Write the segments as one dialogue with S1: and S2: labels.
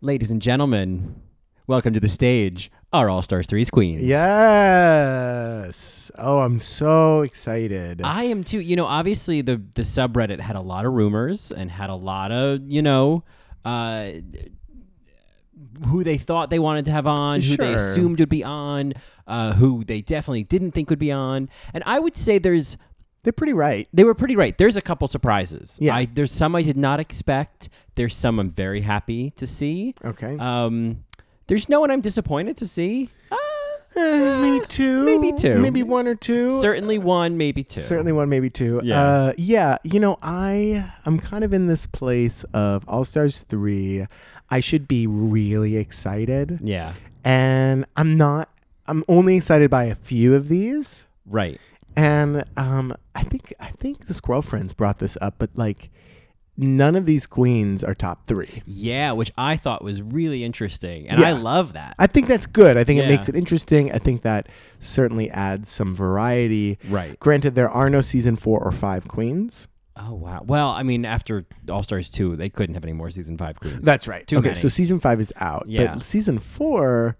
S1: Ladies and gentlemen, welcome to the stage, our All Stars Threes Queens.
S2: Yes. Oh, I'm so excited.
S1: I am too. You know, obviously the the subreddit had a lot of rumors and had a lot of, you know, uh who they thought they wanted to have on, who they
S2: Sure.
S1: assumed would be on, uh, who they definitely didn't think would be on. And I would say there's
S2: They're pretty right.
S1: they were pretty right. There's a couple surprises.
S2: Yeah.
S1: I, there's some I did not expect. There's some I'm very happy to see.
S2: Okay.
S1: Um, there's no one I'm disappointed to see. Ah,
S2: Eh, there's maybe two.
S1: uh, maybe two.
S2: Maybe one or two.
S1: certainly one, maybe two.
S2: Certainly one, maybe two.
S1: Yeah.
S2: Uh, yeah. You know, I I'm kind of in this place of All Stars three. I should be really excited,
S1: Yeah.
S2: and I'm not. I'm only excited by a few of these.
S1: Right.
S2: And um, I think I think the Squirrel Friends brought this up, but like none of these queens are top three.
S1: Yeah, which I thought was really interesting, and I
S2: Yeah.
S1: love that.
S2: I think that's good. I think
S1: Yeah.
S2: it makes it interesting. I think that certainly adds some variety.
S1: Right.
S2: Granted, there are no season four or five queens.
S1: Oh wow. Well, I mean, after All Stars two, they couldn't have any more season five queens.
S2: That's right.
S1: Too
S2: okay,
S1: many.
S2: so season five is out.
S1: Yeah.
S2: But season four,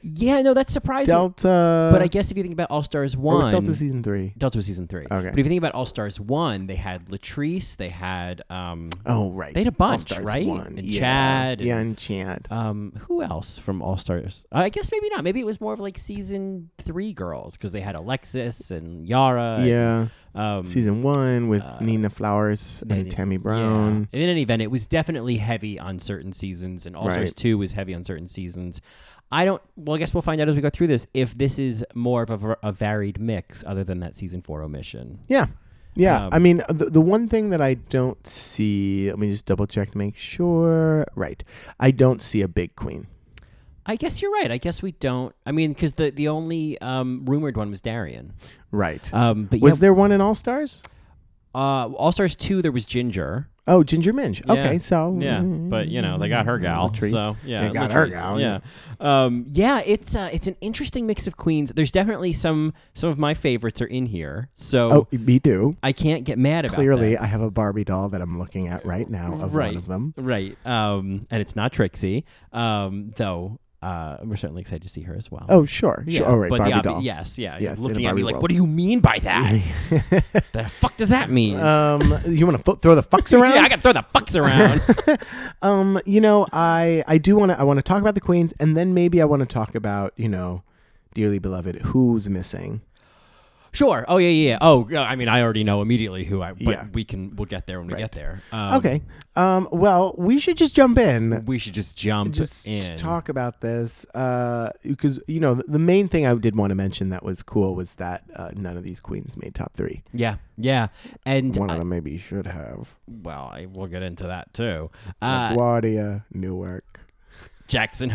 S1: yeah, no, that's surprising.
S2: Delta.
S1: but I guess if you think about All Stars
S2: or was
S1: one,
S2: Delta season three.
S1: Delta was season three. But
S2: Okay.
S1: if you think about All Stars one, they had Latrice, they had um,
S2: Oh right.
S1: They had a bunch,
S2: All-Stars
S1: right?
S2: One.
S1: And
S2: yeah.
S1: Chad
S2: Yeah, and Chad.
S1: um, who else from All Stars? I guess maybe not. Maybe it was more of like season three girls because they had Alexis and Yara.
S2: yeah.
S1: And, um,
S2: Season one with
S1: uh,
S2: Nina Flowers and
S1: Nina-
S2: Tammy Brown.
S1: Yeah. In any event, it was definitely heavy on certain seasons, and All Stars
S2: Right.
S1: 2 was heavy on certain seasons. I don't, well, I guess we'll find out as we go through this if this is more of a, var- a varied mix other than that season four omission.
S2: Yeah. Yeah.
S1: Um,
S2: I mean, the, the one thing that I don't see, let me just double check to make sure. Right. I don't see a big queen.
S1: I guess you're right. I guess we don't, I mean, because the, the only um, rumored one was Darian.
S2: Right.
S1: Um, but
S2: Was
S1: yeah,
S2: there one in All Stars?
S1: uh, All Stars 2, there was Ginger.
S2: Oh, Ginger Minge.
S1: Yeah.
S2: Okay. So. mm-hmm.
S1: Yeah, but you know they got her gal.
S2: Latrice.
S1: So yeah,
S2: They got her
S1: Latrice,
S2: gal,
S1: Yeah, um, yeah. It's uh, it's an interesting mix of queens. There's definitely some some of my favorites are in here, so
S2: Oh, me too.
S1: I can't get mad about
S2: Clearly,
S1: that.
S2: I have a Barbie doll that I'm looking at right now of
S1: Right.
S2: one of them.
S1: right? Um, and it's not Trixie, um, though. Uh, we're certainly excited to see her as well.
S2: Oh, sure.
S1: yeah,
S2: Sure. All right.
S1: but
S2: Barbie
S1: the obvi-
S2: doll.
S1: Yes, yeah.
S2: Yes, in a
S1: looking at me
S2: Barbie
S1: like,
S2: world.
S1: what do you mean by that? the fuck does that mean?
S2: um, you want to fo- throw the fucks around?
S1: yeah, I gotta throw the fucks around.
S2: Um, you know, I I do want to I want to talk about the queens, and then maybe I want to talk about you know, dearly beloved, who's missing.
S1: Sure. Oh yeah, yeah. yeah. Oh, yeah, I mean, I already know immediately who I. But
S2: Yeah.
S1: we can. We'll get there when we get there. Um,
S2: Okay. Um, well, we should just jump in.
S1: We should just jump
S2: Just
S1: in.
S2: to talk about this because you know the, the main thing I did want to mention that was cool was that uh, none of these queens made top three.
S1: Yeah, yeah, and
S2: One
S1: I-
S2: of them maybe should have.
S1: well, I, we'll get into that too. Uh,
S2: LaGuardia, Newark.
S1: Jackson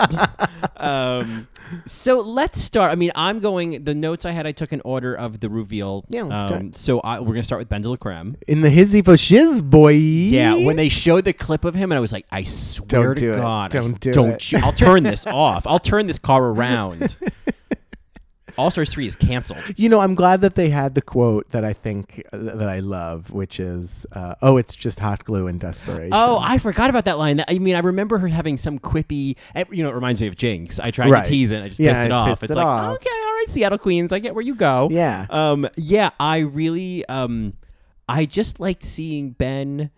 S1: Hartfield. um, so let's start. I mean, I'm going. The notes I had, I took an order of the reveal.
S2: Yeah, let's
S1: um, So I, we're gonna start with Ben de la Creme.
S2: In the hizzy for shiz, boy.
S1: Yeah, when they showed the clip of him, and I was like, I swear
S2: Don't do
S1: to
S2: it.
S1: God, I s-
S2: Don't do
S1: don't
S2: it.
S1: you- I'll turn this off. I'll turn this car around. All Stars Three is canceled.
S2: You know, I'm glad that they had the quote that I think uh, that I love, which is, uh, "Oh, it's just hot glue and desperation."
S1: Oh, I forgot about that line. I mean, I remember her having some quippy. eh, You know, it reminds me of Jinx. I tried
S2: Right.
S1: to tease it. I just
S2: Yeah,
S1: pissed it
S2: I
S1: off.
S2: pissed
S1: it's
S2: it
S1: like,
S2: off.
S1: okay, all right, Seattle Queens. I get where you go.
S2: yeah,
S1: Um. Yeah. I really. Um. I just liked seeing Ben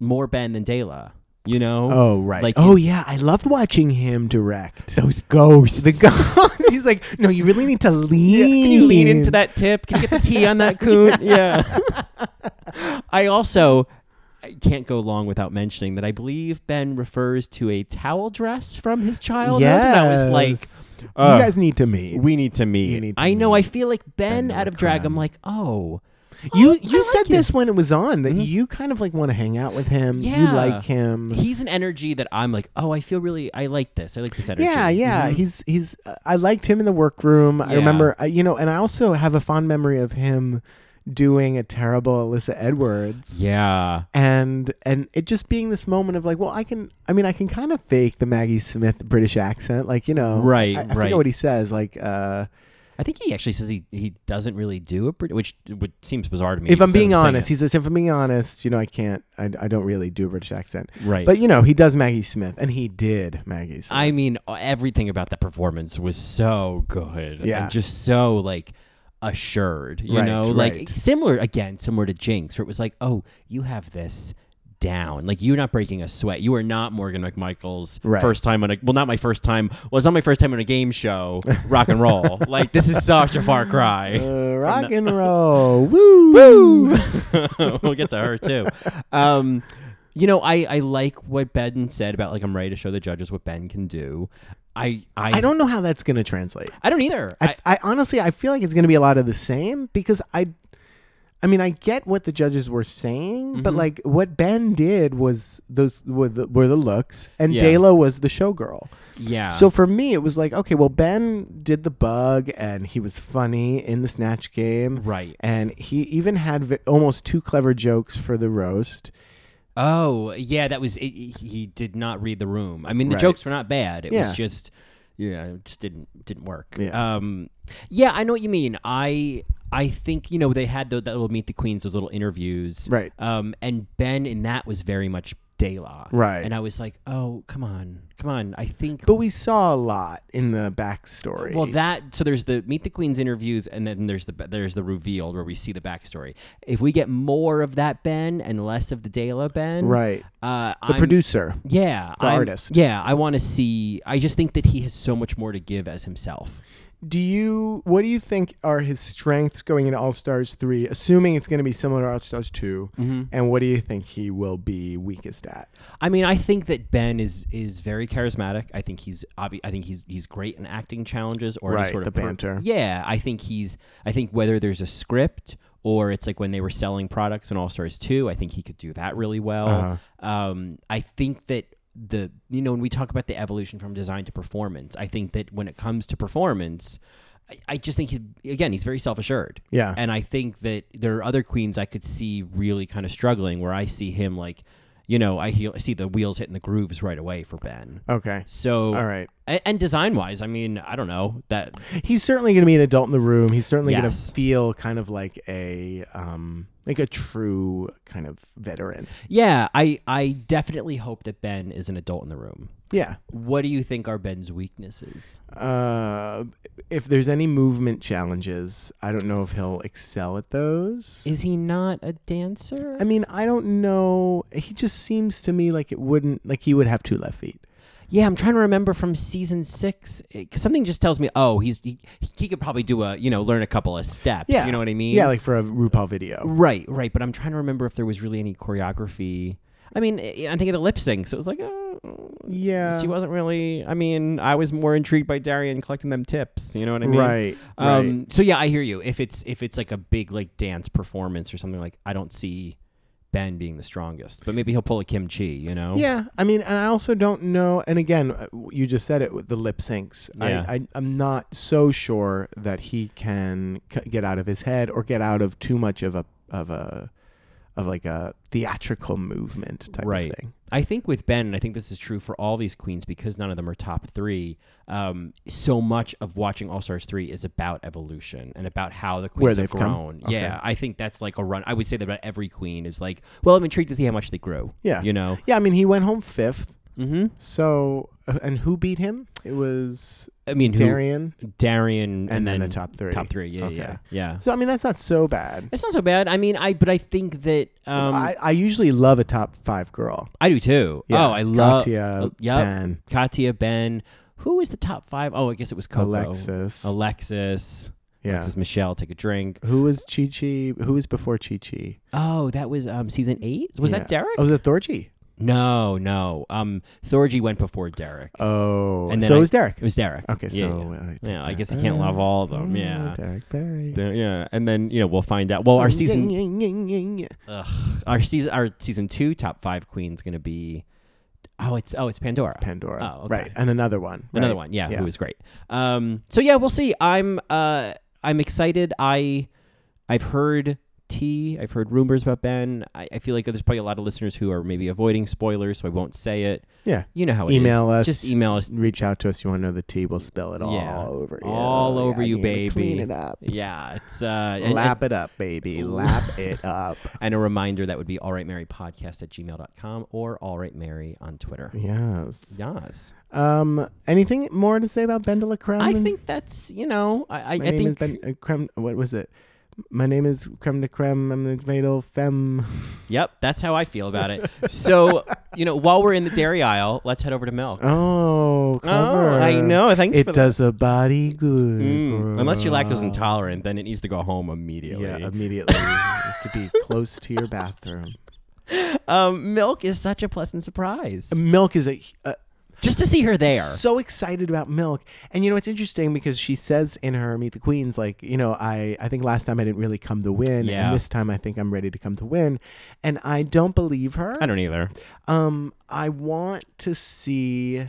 S1: more Ben than Dayla. You know.
S2: Oh right.
S1: Like
S2: oh yeah, I loved watching him direct.
S1: Those ghosts.
S2: The ghost. He's like, no, you really need to lean.
S1: Yeah, Can you lean into that tip? Can you get the tea on that coon? yeah. I also I can't go long without mentioning that I believe Ben refers to a towel dress from his childhood. And I was like,
S2: Yes.
S1: uh,
S2: you guys need to meet.
S1: we need to meet.
S2: You need to
S1: I know.
S2: meet
S1: I feel like Ben,
S2: Ben
S1: out of drag. I'm
S2: Lacroix.
S1: like, oh,
S2: you
S1: oh,
S2: you
S1: I
S2: said
S1: like him.
S2: this when it was on that you kind of like want to hang out with him.
S1: Yeah.
S2: You like him.
S1: He's an energy that I'm like, oh, I feel really. I like this. I like this energy.
S2: yeah, yeah.
S1: Mhm.
S2: He's he's. Uh, I liked him in the workroom. I
S1: Yeah.
S2: remember, uh, you know, and I also have a fond memory of him doing a terrible Alyssa Edwards.
S1: Yeah.
S2: and and it just being this moment of like, well, I can, I mean, I can kind of fake the Maggie Smith British accent, like you know,
S1: Right,
S2: I, I
S1: right.
S2: forget what he says, like, uh,
S1: I I think he actually says he, he doesn't really do a Brit- which which seems bizarre to me.
S2: If I'm
S1: because
S2: being
S1: saying
S2: honest, he says, if I'm being honest, you know, I can't, I, I don't really do a British accent.
S1: it. right?
S2: But, you know, he does Maggie Smith, and he did Maggie Smith.
S1: I mean, uh, everything about that performance was so good.
S2: Yeah.
S1: And just so like assured, you
S2: Right,
S1: know, like
S2: right.
S1: similar again, similar to Jinx, where it was like, oh, you have this down. Like you're not breaking a sweat. You are not Morgan McMichael's
S2: Right.
S1: first time on a well, not my first time. Well, it's not my first time on a game show, rock and roll. like this is such a far cry.
S2: Uh, rock and roll. Woo. Woo.
S1: we'll get to her too. Um, you know, I, I like what Ben said about like I'm ready to show the judges what Ben can do. I I,
S2: I don't know how that's going to translate.
S1: I don't either. I,
S2: I, I honestly, I feel like it's going to be a lot of the same because I, I mean, I get what the judges were saying,
S1: Mm-hmm.
S2: but like what Ben did was those were the, were the looks, and
S1: Yeah. Ah.
S2: Dayla was the showgirl.
S1: yeah.
S2: So for me, it was like, okay, well, Ben did the bug, and he was funny in the snatch game,
S1: right.
S2: and he even had vi- almost two clever jokes for the roast.
S1: Oh yeah, that was it, he did not read the room. I mean, the
S2: Right.
S1: jokes were not bad. It
S2: Yeah.
S1: was just yeah, it just didn't didn't work.
S2: Yeah.
S1: Um, yeah, I know what you mean. I I think you know they had those that little meet the queens, those little interviews,
S2: Right.
S1: Um, and Ben in that was very much De La,
S2: Right.
S1: And I was like, oh come on, come on. I think
S2: But we saw a lot in the backstory.
S1: Well, that so there's the meet the queens interviews, and then there's the there's the revealed where we see the backstory. If we get more of that Ben and less of the Dela Ben,
S2: right,
S1: Uh,
S2: the
S1: I'm,
S2: producer.
S1: yeah,
S2: the
S1: I'm-
S2: artist.
S1: Yeah, I want to see. I just think that he has so much more to give as himself.
S2: Do you what do you think are his strengths going into All Stars three, assuming it's going to be similar to All Stars 2
S1: Mm-hmm.
S2: And what do you think he will be weakest at?
S1: I mean, I think that Ben is is very charismatic. I think he's obvi- I think he's he's great in acting challenges or any
S2: Right,
S1: sort of
S2: the banter.
S1: yeah, I think he's. I think whether there's a script or it's like when they were selling products in All Stars Two, I think he could do that really well.
S2: Uh-huh.
S1: Um, I think that the you know when we talk about the evolution from design to performance, I think that when it comes to performance. I- I just think he's again. He's very self-assured.
S2: Yeah.
S1: And I think that there are other queens I could see really kind of struggling where I see him like, you know, I, heal, I see the wheels hitting the grooves right away for Ben.
S2: Okay,
S1: So,
S2: all right.
S1: a- and, design wise, I mean, I don't know that.
S2: He's certainly going to be an adult in the room. He's certainly going
S1: Yes.
S2: to feel kind of like a um like a true kind of veteran.
S1: Yeah, I, I definitely hope that Ben is an adult in the room.
S2: Yeah.
S1: What do you think are Ben's weaknesses?
S2: Uh, if there's any movement challenges, I don't know if he'll excel at those.
S1: Is he not a dancer?
S2: I mean, I don't know. He just seems to me like it wouldn't like he would have two left feet.
S1: yeah, I'm trying to remember from season six because something just tells me, oh, he's he, he could probably do a you know learn a couple of steps.
S2: Yeah.
S1: you know what I mean?
S2: Yeah, like for a RuPaul video.
S1: Right, right. But I'm trying to remember if there was really any choreography. I mean, eh, I I think of the lip syncs. It was like, uh,
S2: Yeah.
S1: she wasn't really. I mean, I was more intrigued by Darian collecting them tips. You know what I mean?
S2: Right,
S1: Um, So yeah, I hear you. If it's if it's like a big like dance performance or something like, I don't see Ben being the strongest, but maybe he'll pull a Kim Chi. You know?
S2: Yeah. I mean, and I also don't know. And again, uh, you just said it with the lip syncs.
S1: Yeah.
S2: I, I, I'm not so sure that he can c- get out of his head or get out of too much of a, of a, of like a theatrical movement type
S1: Right.
S2: of thing.
S1: I think with Ben, and I think this is true for all these queens because none of them are top three. Um, so much of watching All Stars three is about evolution and about how the queens
S2: Where
S1: have
S2: they've come?
S1: grown. Yeah, I think that's like a run. I would say that about every queen is like, well, I'm intrigued to see how much they grow.
S2: Yeah.
S1: you know.
S2: Yeah. I mean, he went home fifth.
S1: Mm-hmm.
S2: So, uh, and who beat him? It was
S1: I mean, who, Darian,
S2: Darian.
S1: and,
S2: And, then, the top three.
S1: top three. Yeah,
S2: Okay.
S1: yeah, yeah.
S2: So, I mean, that's not so bad.
S1: It's not so bad. I mean, I but I think that um, I,
S2: I, I usually love a top five girl.
S1: do too.
S2: Yeah,
S1: Oh, I love
S2: Katya,
S1: yep.
S2: Ben,
S1: Katya Ben. Who was the top five? Oh, I guess it was Coco.
S2: Alexis.
S1: Oh, Alexis.
S2: yeah.
S1: This is Michelle. Take a drink.
S2: Who was Chi Chi? Who was before Chi Chi?
S1: Oh, that was um, season eight. Was that Derek?
S2: Oh, was it Thorgy?
S1: No, no. Um, Thorgy went before Derek.
S2: Oh,
S1: And
S2: and
S1: then
S2: so
S1: I-
S2: it was Derek.
S1: It was Derek.
S2: Okay,
S1: Yeah,
S2: so
S1: yeah.
S2: uh,
S1: Yeah, I guess I can't love all of them.
S2: uh,
S1: Yeah.
S2: Derek Barry.
S1: The- Yeah, and then you know we'll find out. Well, our season, ugh, our season, our season two top five queen's gonna be. Oh, it's oh, it's Pandora.
S2: Pandora.
S1: Oh, okay.
S2: Right, and another one. right.
S1: Another one, yeah,
S2: Yeah.
S1: who was great. Um, so yeah, we'll see. I'm uh, I'm excited. I I've heard T. I've heard rumors about Ben. I, I feel like there's probably a lot of listeners who are maybe avoiding spoilers, so I won't say it.
S2: Yeah.
S1: You know how it is.
S2: Email us.
S1: Just email us.
S2: Reach out to us. You want to know the tea? We'll spill it all
S1: Yeah.
S2: over you.
S1: All over
S2: Yeah,
S1: you,
S2: need to Clean
S1: baby.
S2: it up.
S1: Yeah, it's uh, and- and,
S2: Lap it up, baby. Lap it up.
S1: and a reminder that would be all right, Mary podcast at gmail.com or all right, Mary on Twitter.
S2: Yes.
S1: Yes.
S2: Um. Anything more to say about Ben de la Creme?
S1: I think that's, you know, I, I,
S2: Um, my
S1: I
S2: name
S1: think
S2: is Ben uh, Creme. What was it? My name is Creme de Creme. I'm the fatal femme.
S1: Yep, that's how I feel about it. so, you know, while we're in the dairy aisle, let's head over to milk.
S2: Oh, cover.
S1: Oh, I know. Thanks
S2: It
S1: for
S2: does a body good.
S1: that. Mm, Unless you're lactose
S2: girl.
S1: intolerant, then it needs to go home immediately.
S2: Yeah, immediately. You have to be close to your bathroom.
S1: Um, milk is such a pleasant surprise.
S2: Milk is a, a
S1: Just to see her there.
S2: so excited about milk and you know it's interesting because she says in her meet the queens like you know i i think last time i didn't really come to win
S1: Yeah.
S2: and this time i think i'm ready to come to win and i don't believe her
S1: I don't either.
S2: um i want to see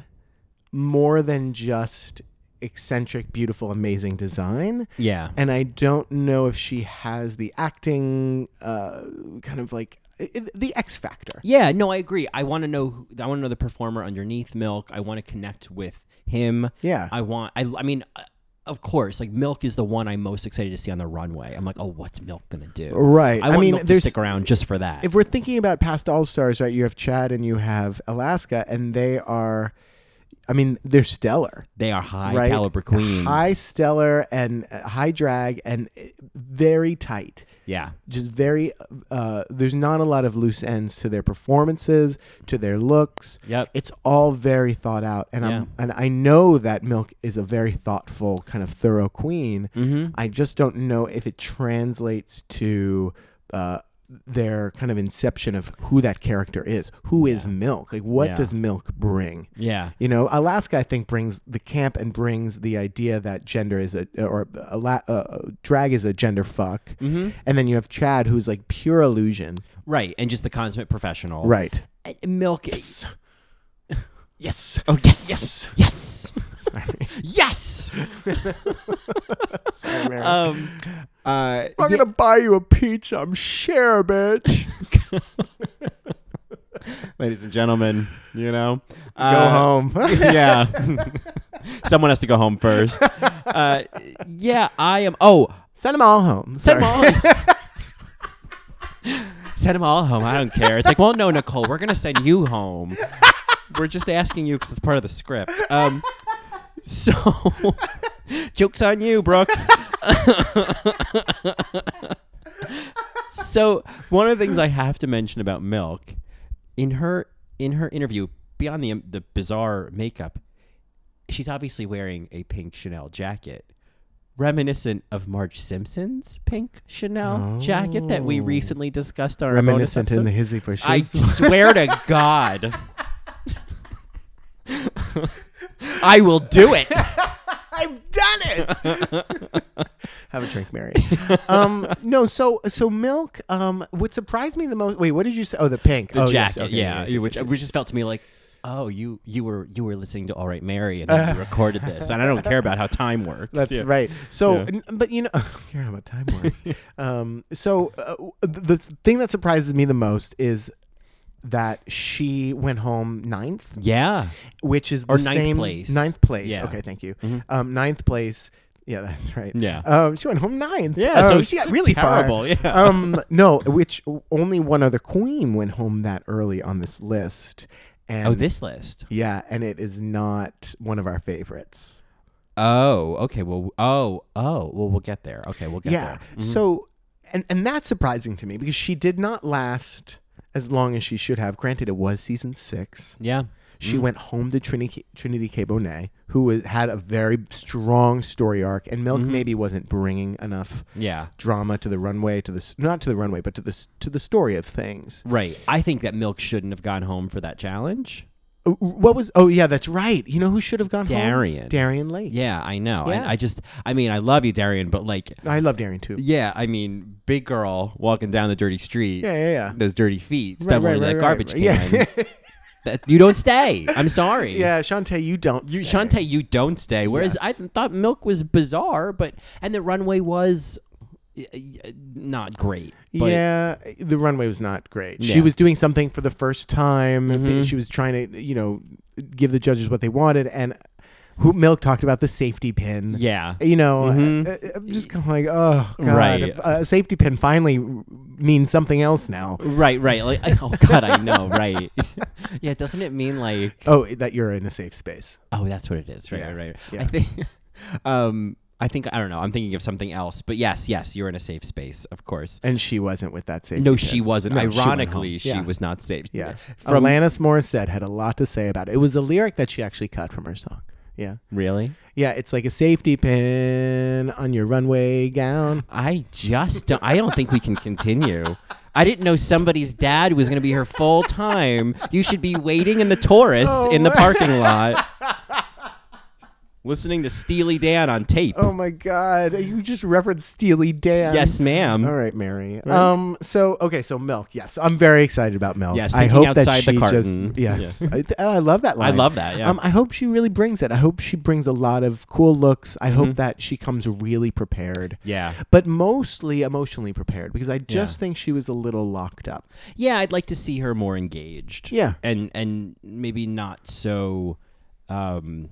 S2: more than just eccentric beautiful amazing design
S1: Yeah.
S2: and i don't know if she has the acting uh kind of like i- i- the x factor
S1: Yeah, no, I agree. I want to know. who- I want to know the performer underneath Milk. I want to connect with him.
S2: yeah
S1: I want. I. I mean, uh, of course, like Milk is the one I'm most excited to see on the runway. I'm like, oh, what's Milk gonna do?
S2: right
S1: I want
S2: mean
S1: Milk to
S2: there's
S1: stick around just for that.
S2: if we're thinking about past all stars, right? You have Chad and you have Alaska, and they are, I mean, they're stellar,
S1: they are high
S2: right?
S1: caliber queens.
S2: high stellar and uh, high drag and uh, very tight.
S1: Yeah.
S2: Just very, uh, there's not a lot of loose ends to their performances, to their looks.
S1: Yep.
S2: It's all very thought out, and
S1: Yeah.
S2: I'm and I know that Milk is a very thoughtful, kind of thorough queen.
S1: mm-hmm.
S2: I just don't know if it translates to uh, their kind of inception of who that character is. Who is Milk? Like, what
S1: Yeah.
S2: does Milk bring?
S1: Yeah.
S2: You know, Alaska, I think, brings the camp and brings the idea that gender is a, or a la- uh, drag is a gender fuck.
S1: Mm-hmm.
S2: And then you have Chad, who's like pure illusion.
S1: Right, and just the consummate professional.
S2: Right.
S1: And Milk.
S2: Yes.
S1: Oh yes,
S2: Yes.
S1: yes,
S2: Sorry.
S1: yes.
S2: Sorry, Mary.
S1: Um, uh, yeah,
S2: I'm going to buy you a pizza. I'm share, bitch.
S1: ladies and gentlemen, you know, uh,
S2: Go home.
S1: yeah. Someone has to go home first. Uh, yeah, I am. Oh,
S2: Send them all home.
S1: send
S2: Sorry.
S1: them all. send them all home. I don't care. It's like, well, no, Nicole, we're gonna send you home. We're just asking you because it's part of the script. Um, so, jokes on you, Brooks. so, one of the things I have to mention about Milk in her in her interview, beyond the um, the bizarre makeup, she's obviously wearing a pink Chanel jacket, reminiscent of Marge Simpson's pink Chanel jacket that we
S2: Oh.
S1: recently discussed on our bonus
S2: reminiscent in
S1: episode.
S2: the hizzy for
S1: I swear to God. I will do it.
S2: I've done it. Have a drink, Mary. Um, no, so so milk. Um, what surprised me the most? Wait, what did you say? Oh, the pink.
S1: The
S2: oh, yes,
S1: jacket,
S2: okay,
S1: yeah,
S2: yes, yes,
S1: which,
S2: yes, yes,
S1: which
S2: yes.
S1: just felt to me like, oh, you you were you were listening to All Right Mary and then you recorded this, and I don't care about how time works.
S2: That's
S1: Yeah.
S2: right. So,
S1: Yeah.
S2: n- but you know, here how about time works. um, so uh, w- the thing that surprises me the most is that she went home ninth.
S1: Yeah,
S2: which is
S1: Or
S2: the
S1: ninth
S2: same
S1: place.
S2: ninth place.
S1: Yeah. Mm-hmm.
S2: Okay, thank you. Um, ninth place. Yeah, that's right.
S1: Yeah. Oh,
S2: Um, she went home ninth.
S1: Uh, Yeah, so
S2: Um,
S1: it's
S2: she got really
S1: terrible,
S2: Far.
S1: yeah.
S2: Um, no, which only one other queen went home that early on this list. And
S1: Oh, this list.
S2: Yeah, and it is not one of our favorites.
S1: Oh, okay. Well, oh, oh. Well, we'll get there. Okay, we'll get
S2: yeah.
S1: there.
S2: So, and and that's surprising to me because she did not last as long as she should have. Granted, it was season six.
S1: Yeah.
S2: She went home to Trinity, Trinity K. Bonet, who was, had a very strong story arc, and Milk maybe wasn't bringing enough
S1: Yeah.
S2: drama to the runway, to the s- not to the runway, but to the s- to the story of things.
S1: Right. I think that Milk shouldn't have gone home for that challenge.
S2: Oh, What was? Oh yeah, that's right. You know who should have gone
S1: Darian.
S2: home? Darian Lake.
S1: Yeah, I know.
S2: Yeah.
S1: I, I just, I mean, I love you, Darian, but like,
S2: I love Darian too.
S1: yeah, I mean, big girl walking down the dirty street,
S2: Yeah, yeah, yeah.
S1: those dirty feet,
S2: Right,
S1: stumbling
S2: right,
S1: into
S2: right,
S1: that
S2: right,
S1: garbage
S2: right.
S1: can. that, you don't stay. I'm sorry.
S2: Yeah, Shantae, you don't.
S1: You,
S2: stay.
S1: Shantae, you don't stay. Whereas I
S2: Yes.
S1: th- thought Milk was bizarre, but and the runway was y- y- not great. But
S2: yeah, the runway was not great. She
S1: Yeah.
S2: was doing something for the first time.
S1: Mhm.
S2: She was trying to, you know, give the judges what they wanted. And who Milk talked about the safety pin.
S1: yeah.
S2: You know,
S1: Mhm.
S2: I, am just kind of like, oh god,
S1: Right.
S2: a safety pin finally means something else now.
S1: Right, right. Like, I- oh God, I know, right? yeah, doesn't it mean like,
S2: Oh, that you're in a safe space.
S1: oh, that's what it is, right,
S2: Yeah,
S1: right, right. I
S2: yeah.
S1: think, um, I think I don't know. I'm thinking of something else, but yes, yes, you're in a safe space, of course.
S2: And she wasn't with that safety.
S1: No,
S2: pin.
S1: she wasn't.
S2: No, she went home.
S1: Ironically, she,
S2: Yeah.
S1: was not safe.
S2: Yeah.
S1: From
S2: Alanis Morissette had a lot to say about it. It was a lyric that she actually cut from her song. Yeah.
S1: really,
S2: Yeah, it's like a safety pin on your runway gown.
S1: I just don't. I don't think we can continue. I didn't know somebody's dad was going to be here full time. You should be waiting in the Taurus
S2: Oh,
S1: in the parking lot, listening to Steely Dan on tape.
S2: Oh my god. You just referenced Steely Dan.
S1: yes, ma'am.
S2: All right, Mary. Um so okay, so milk. Yes. I'm very excited about milk.
S1: Yes,
S2: I
S1: thinking
S2: hope that
S1: outside
S2: she
S1: the carton.
S2: just yes. I, th- oh, I love that
S1: I
S2: line.
S1: love that. Yeah.
S2: Um, I hope she really brings it. I hope she brings a lot of cool looks. I hope that she comes really prepared,
S1: yeah.
S2: but mostly emotionally prepared because I just think she was a little locked up.
S1: Yeah, I'd like to see her more engaged.
S2: Yeah.
S1: and and maybe not so. Um,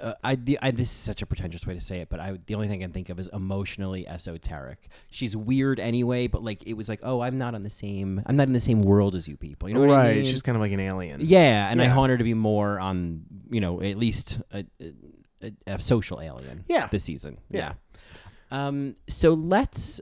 S1: uh, I, the, I this is such a pretentious way to say it, but I the only thing I can think of is emotionally esoteric. She's weird anyway, but like it was like, oh, I'm not on the same, I'm not in the same world as you people. You know what
S2: right.
S1: I mean?
S2: She's kind of like an alien.
S1: yeah, and I
S2: Yeah.
S1: want her to be more on, you know, at least a, a, a social alien.
S2: Yeah.
S1: this season. Yeah. Um. So let's.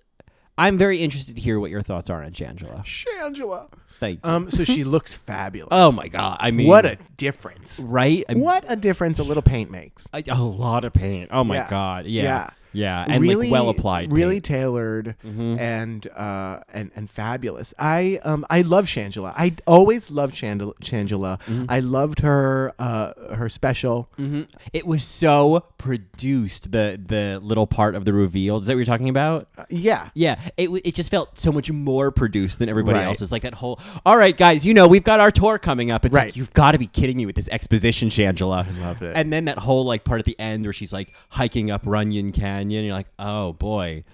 S1: I'm very interested to hear what your thoughts are on Shangela.
S2: Shangela.
S1: Thank you.
S2: Um, so she looks fabulous.
S1: Oh my god! I mean,
S2: What a difference!
S1: right? I mean,
S2: What a difference a little paint makes.
S1: a, a lot of paint. Oh my
S2: Yeah.
S1: god! Yeah, yeah,
S2: Yeah.
S1: Uh, and like well applied.
S2: really
S1: paint. Mm-hmm.
S2: tailored, and uh, and and fabulous. I um I love Shangela. I always loved Chandela. Shangela.
S1: Mm-hmm.
S2: I loved her uh her special.
S1: Mhm. It was so produced. The the little part of the reveal. Is that what you're talking about?
S2: Uh, yeah,
S1: Yeah, it w- it just felt so much more produced than everybody
S2: Right.
S1: else's. Like that whole, all right, guys, you know we've got our tour coming up. It's like
S2: Right.
S1: you've got to be kidding me with this exposition, Shangela. I
S2: love it.
S1: And then that whole like part at the end where she's like hiking up Runyon Canyon. You're like, oh boy,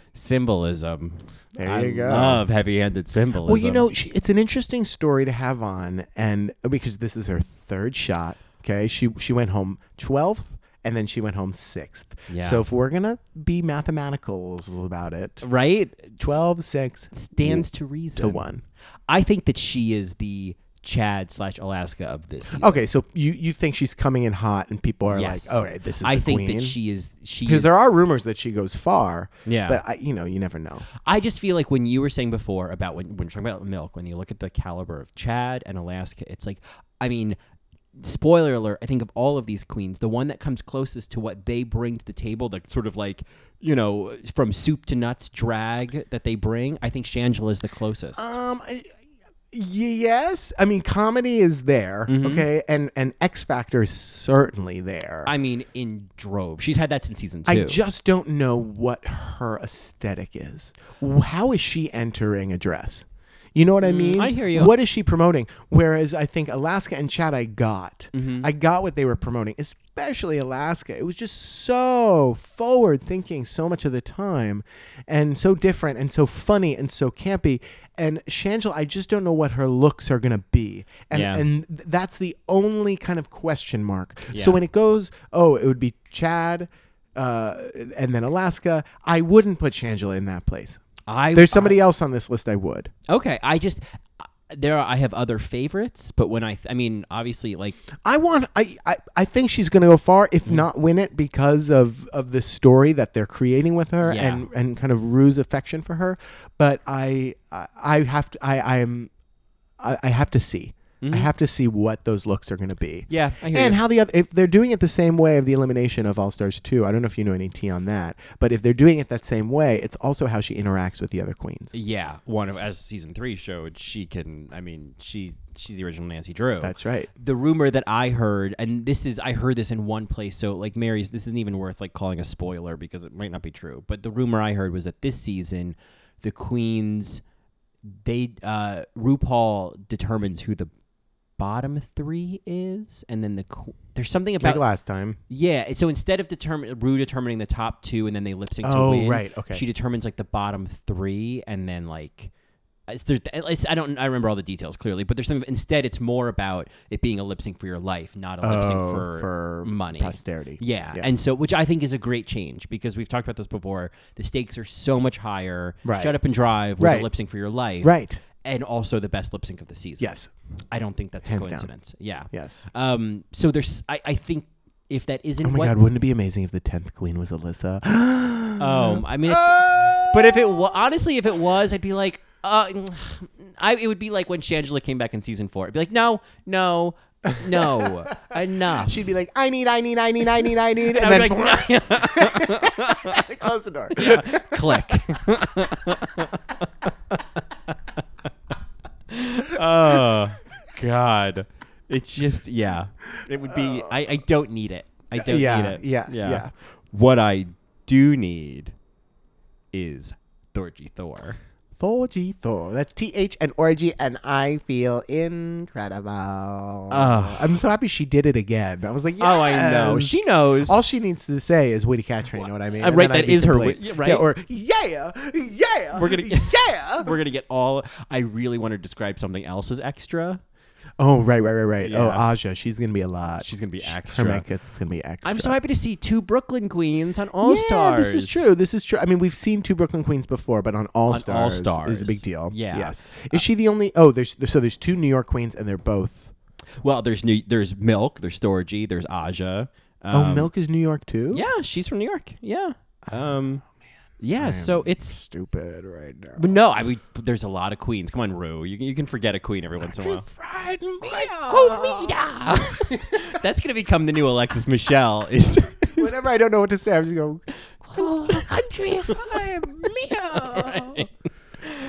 S1: symbolism.
S2: There
S1: I
S2: you go.
S1: Love heavy-handed symbolism.
S2: Well, you know, she, it's an interesting story to have on, and uh, because this is her third shot. Okay, she she went home twelfth, and then she went home sixth.
S1: Yeah.
S2: So if we're gonna be mathematical about it,
S1: right?
S2: 12, 6
S1: Stands to reason.
S2: to one.
S1: I think that she is the Chad slash Alaska of this. Season.
S2: Okay, so you you think she's coming in hot, and people are
S1: Yes.
S2: like, "All right, this is."
S1: I
S2: the
S1: think
S2: queen.
S1: that she is. She
S2: because
S1: is
S2: there are rumors that she goes far.
S1: Yeah.
S2: but I, you know, you never know.
S1: I just feel like when you were saying before about when when you're talking about milk, when you look at the caliber of Chad and Alaska, it's like, I mean, spoiler alert. I think of all of these queens, the one that comes closest to what they bring to the table, the sort of like you know from soup to nuts drag that they bring. I think Shangela is the closest.
S2: Um, I, yes, I mean, comedy is there,
S1: Mm-hmm.
S2: okay, and and X Factor is certainly there.
S1: I mean, in drove, she's had that since season two.
S2: I just don't know what her aesthetic is. W- How is she entering a dress? You know what I mean?
S1: Mm, I hear you.
S2: What is she promoting? Whereas I think Alaska and Chad, I got.
S1: Mm-hmm.
S2: I got what they were promoting, especially Alaska. It was just so forward thinking so much of the time and so different and so funny and so campy. And Shangela, I just don't know what her looks are going to be. And,
S1: Yeah.
S2: and th- that's the only kind of question mark.
S1: Yeah.
S2: So when it goes, oh, it would be Chad uh, and then Alaska, I wouldn't put Shangela in that place.
S1: I
S2: There's somebody else on this list I would.
S1: Okay, I just uh, there are, I have other favorites, but when I th- I mean obviously like
S2: I want. I. I, I think she's going to go far,
S1: Mm.
S2: if not win it, because of of the story that they're creating with her
S1: Yeah.
S2: and and kind of Rue's affection for her. But I. I, I have to. I. I'm. I, I have to see. I have to see what those looks are going to be.
S1: Mm-hmm. yeah, I hear
S2: And
S1: you.
S2: how the other, if they're doing it the same way of the elimination of All Stars 2, I don't know if you know any tea on that, but if they're doing it that same way, it's also how she interacts with the other queens.
S1: yeah, one of as season 3 showed, she can I mean, she she's the original Nancy Drew.
S2: That's right.
S1: the rumor that I heard, and this is I heard this in one place, so like Mary's, this isn't even worth like calling a spoiler because it might not be true. But the rumor I heard was that this season, the queens, they uh, RuPaul determines who the bottom three is, and then the qu- there's something
S2: Like
S1: about
S2: last time.
S1: yeah. So instead of determine Rue determining the top two and then they lip sync
S2: Oh,
S1: to win,
S2: right, okay.
S1: she determines like the bottom three and then like. It's, there, it's, I don't. I remember all the details clearly, but there's some. Instead, it's more about it being a lip sync for your life, not a lip sync
S2: Oh,
S1: for, money.
S2: Posterity.
S1: Yeah.
S2: Yeah.
S1: And so, which I think is a great change because we've talked about this before. The stakes are so much higher.
S2: Right.
S1: Shut Up and Drive was
S2: Right.
S1: a lip sync for your life.
S2: Right.
S1: And also the best lip sync of the season.
S2: Yes.
S1: I don't think that's
S2: Hands
S1: a
S2: down.
S1: coincidence. Yeah.
S2: Yes.
S1: Um, so there's, I, I think if that isn't
S2: Oh my
S1: what,
S2: God! Wouldn't it be amazing if the tenth queen was Alyssa?
S1: um, I mean, if-
S2: Oh!
S1: but if it was, honestly, if it was, I'd be like, uh, I, it would be like when Shangela came back in season four. I'd be like, no, no, no, enough.
S2: She'd be like, "I need, I need, I need, I need, I need," and,
S1: I'd
S2: then
S1: be like, no.
S2: close the door.
S1: click. oh God! It's just yeah. It would be. I, I don't need it. I don't
S2: Yeah,
S1: need it.
S2: yeah, yeah.
S1: What I do need is Thorgy Thor.
S2: 4G Thor. That's T H and orgy, and I feel incredible. I'm so happy she did it again. I was like,
S1: Oh, I know.
S2: yes.
S1: She knows.
S2: All she needs to say is "Witty catcher," you know what I mean?
S1: Uh,
S2: And
S1: right,
S2: then I'd
S1: that
S2: be
S1: is her
S2: complete.
S1: wit- yeah, right.
S2: Yeah, or yeah, yeah.
S1: We're gonna-
S2: yeah.
S1: We're gonna get all. I really want to describe something else as extra.
S2: Oh, right, right, right, right. Oh,
S1: Yeah.
S2: Aja, she's gonna be a lot.
S1: She's gonna be
S2: She- her
S1: extra.
S2: makeup's gonna be extra.
S1: I'm so happy to see two Brooklyn queens on All
S2: yeah,
S1: Stars.
S2: this is true. This is true. I mean, we've seen two Brooklyn Queens before, but on All
S1: On
S2: Stars,
S1: All
S2: is a
S1: Stars.
S2: big deal.
S1: Yeah.
S2: Yes. Is she the only? Oh, there's so there's two New York Queens, and they're both.
S1: Well, there's new. There's Milk. There's Storgy. There's Aja.
S2: Oh,
S1: Um,
S2: Milk Oh, is New York too.
S1: Yeah, she's from New York. Yeah. Um, yeah. So it's
S2: Stupid right now.
S1: but no. I mean, there's a lot of queens. Come on, Rue. You, you can forget a queen every once in a while.
S2: fried me
S1: Oh,
S2: Ah.
S1: Queenida. That's gonna become the new Alexis Michelle. Is
S2: Whenever I don't know what to say, I'm just going.
S1: Oh,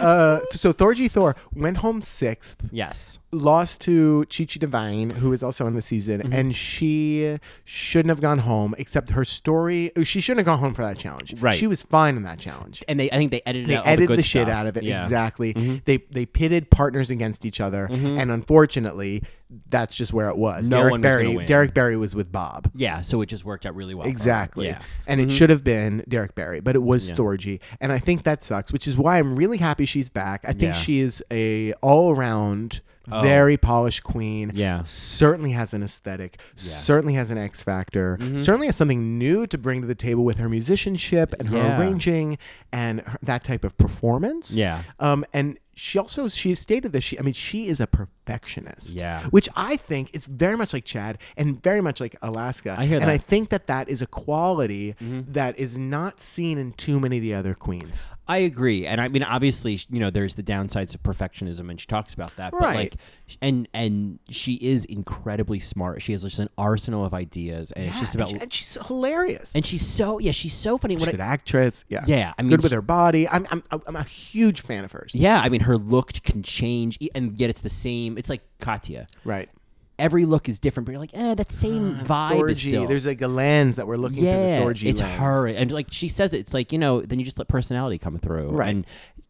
S2: Uh, so Thorgy Thor went home sixth,
S1: yes.
S2: lost to Chichi Divine, who is also on the season,
S1: Mm-hmm.
S2: and she shouldn't have gone home. Except her story, she shouldn't have gone home for that challenge.
S1: Right.
S2: she was fine in that challenge.
S1: And they, I think they edited.
S2: They
S1: out all
S2: edited
S1: the,
S2: the,
S1: good
S2: shit
S1: stuff.
S2: out of it.
S1: Yeah. Mm-hmm.
S2: Exactly. They they pitted partners against each other, and unfortunately, that's just where it was.
S1: No
S2: Derek
S1: one was gonna
S2: Barry.
S1: win.
S2: Derek Barry was with Bob.
S1: Yeah. So it just worked out really well. for her.
S2: Exactly.
S1: Yeah. Mm-hmm.
S2: And it should have been Derek Barry, but it was Thorgy. And I think that sucks, which is why I'm really happy she's back. I think
S1: Yeah. Oh.
S2: she is a all around very polished queen.
S1: Yeah.
S2: Certainly has an aesthetic, certainly has an X factor,
S1: Mm-hmm.
S2: certainly has something new to bring to the table with her musicianship and her
S1: Yeah.
S2: arranging and her, that type of performance.
S1: Yeah.
S2: Um, and she also she stated that she I mean she is a perfectionist.
S1: Yeah.
S2: Which I think is very much like Chad and very much like Alaska.
S1: I hear
S2: and
S1: that. Mm-hmm.
S2: I think that that is a quality that is not seen in too many of the other queens.
S1: I agree, and I mean, obviously, sh- you know, there's the downsides of perfectionism, and she talks about that. But
S2: Right.
S1: like, sh- and and she is incredibly smart. She has just an arsenal of ideas, and it's just
S2: Yeah,
S1: about.
S2: and, she- and she's hilarious.
S1: and she's so yeah, she's so funny.
S2: she's
S1: What
S2: a good
S1: I,
S2: actress. Yeah.
S1: Yeah, I mean,
S2: good with
S1: she-
S2: her body. I'm I'm I'm a huge fan of hers.
S1: yeah, I mean, her look can change, e- and yet it's the same. It's like Katya.
S2: Right.
S1: Every look is different, but you're like, eh, that same vibe is
S2: Ah, Storgy.
S1: still.
S2: There's like a lens that we're looking
S1: yeah,
S2: through the Thorgy
S1: it's
S2: lens.
S1: her, and like she says, it, it's like you know, then you just let personality come through,
S2: Right.
S1: And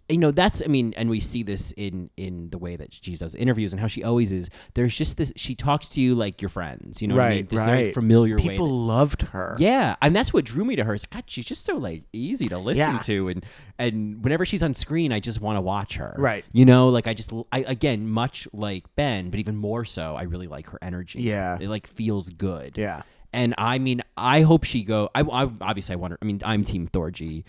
S1: you know, that's I mean, and we see this in in the way that she does interviews and how she always is. There's just this. She talks to you like your friends, you know, what I mean?
S2: Right,
S1: This very
S2: right.
S1: familiar way.
S2: People
S1: that-
S2: loved her.
S1: yeah, and that's what drew me to her. Is God, she's just so like easy to listen
S2: Yeah.
S1: to, and and whenever she's on screen, I just want to watch her.
S2: Right.
S1: You know, like I just, I again, much like Ben, but even more so, I really like her energy.
S2: Yeah.
S1: it like feels good.
S2: Yeah.
S1: And I mean, I hope she go. I, I obviously I want her. I mean, I'm Team Thorgy.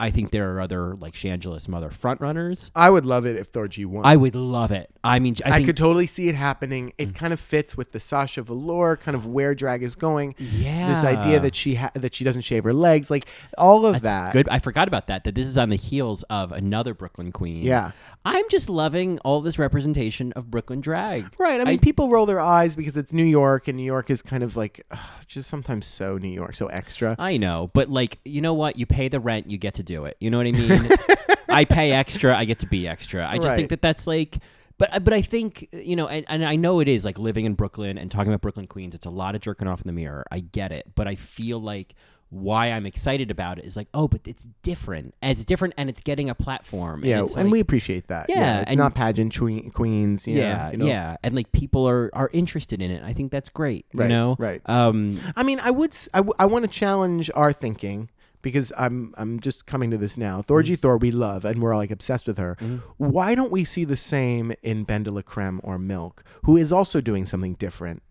S1: I think there are other like Shangela, some other front runners.
S2: I would love it if Thorgy won.
S1: I would love it. I mean, I,
S2: I
S1: think, Mm.
S2: could totally see it happening. It kind of fits with the Sasha Velour kind of where drag is going.
S1: yeah,
S2: This idea that she ha- that she doesn't shave her legs, like all of that.
S1: Good. I forgot about that. That this is on the heels of another Brooklyn Queen.
S2: Yeah.
S1: I'm just loving all this representation of Brooklyn drag.
S2: Right. I mean, people roll their eyes because it's New York, and New York is kind of like ugh, just sometimes so New York, so extra.
S1: I know, but like, you know what? You pay the rent, you get to do it. You know what I mean? I pay extra, I get to be extra. I just
S2: Right.
S1: think that that's like, but but I think you know, and, and I know it is like living in Brooklyn and talking about Brooklyn Queens. It's a lot of jerking off in the mirror. I get it, but I feel like why I'm excited about it is like, oh, but it's different. And it's different and it's getting a platform.
S2: Yeah,
S1: it's
S2: and
S1: like-
S2: we appreciate that. Yeah,
S1: Yeah,
S2: it's
S1: and-
S2: not pageant tween- queens. You know,
S1: yeah,
S2: you know?
S1: yeah, and like people are are interested in it. I think that's great.
S2: Right,
S1: you know,
S2: right.
S1: Um,
S2: I mean, I would. s- I, want to challenge our thinking because I'm I'm just coming to this now. Thorgy
S1: Mm-hmm.
S2: Thor, we love and we're like obsessed with her. Why don't we see the same in Ben de la Creme or Milk, who is also doing something different?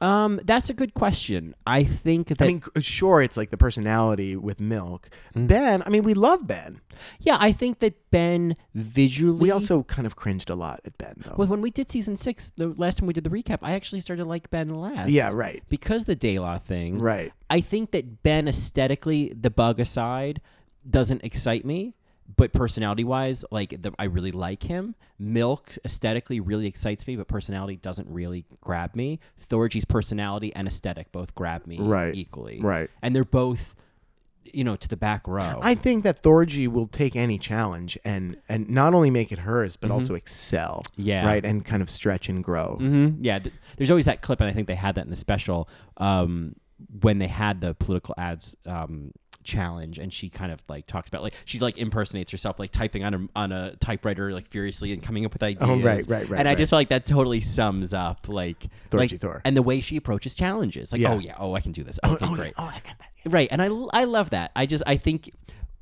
S1: um, that's a good question. I think that
S2: I mean, c- sure, it's like the personality with Milk.
S1: Mm.
S2: Ben, I mean, we love Ben.
S1: yeah, I think that Ben visually.
S2: We also kind of cringed a lot at Ben, though.
S1: well, when we did season six, the last time we did the recap, I actually started to like Ben less.
S2: yeah, right,
S1: because the De La thing.
S2: right.
S1: I think that Ben aesthetically, the bug aside, doesn't excite me. But personality wise, like the, I really like him. Milk aesthetically really excites me, but personality doesn't really grab me. Thorgy's personality and aesthetic both grab me
S2: Right.
S1: equally.
S2: Right.
S1: And they're both, you know, to the back row.
S2: I think that Thorgy will take any challenge and and not only make it hers, but also excel.
S1: Mm-hmm. Yeah.
S2: Right, and kind of stretch and grow.
S1: hmm Yeah, th- there's always that clip, and I think they had that in the special um, when they had the political ads um, challenge, and she kind of like talks about like she like impersonates herself, like typing on a on a typewriter like furiously and coming up with ideas.
S2: Oh, right, right, right,
S1: And I
S2: right.
S1: just feel like that totally sums up like
S2: Thorgy
S1: like-
S2: Thor.
S1: and the way she approaches challenges. Like,
S2: Yeah.
S1: oh yeah, oh I can do this. Okay,
S2: yeah.
S1: great.
S2: Oh, I got that.
S1: Right, and I I love that. I just I think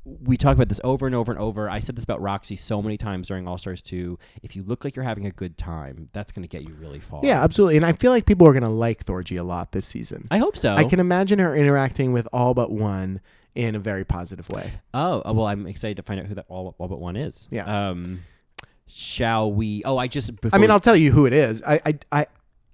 S1: we talk about this over and over and over. I said this about Roxy so many times during All Stars 2. If you look like you're having a good time, that's going to get you really far.
S2: Yeah, absolutely. And I feel like people are going to like Thorgy a lot this season.
S1: I hope so.
S2: I can imagine her interacting with all but one in a very positive way.
S1: Oh, oh, well, I'm excited to find out who that all, all but one is.
S2: Yeah.
S1: Um, shall we? Oh, I just. Before
S2: I mean,
S1: we-
S2: I'll tell you who it is. I, I, I,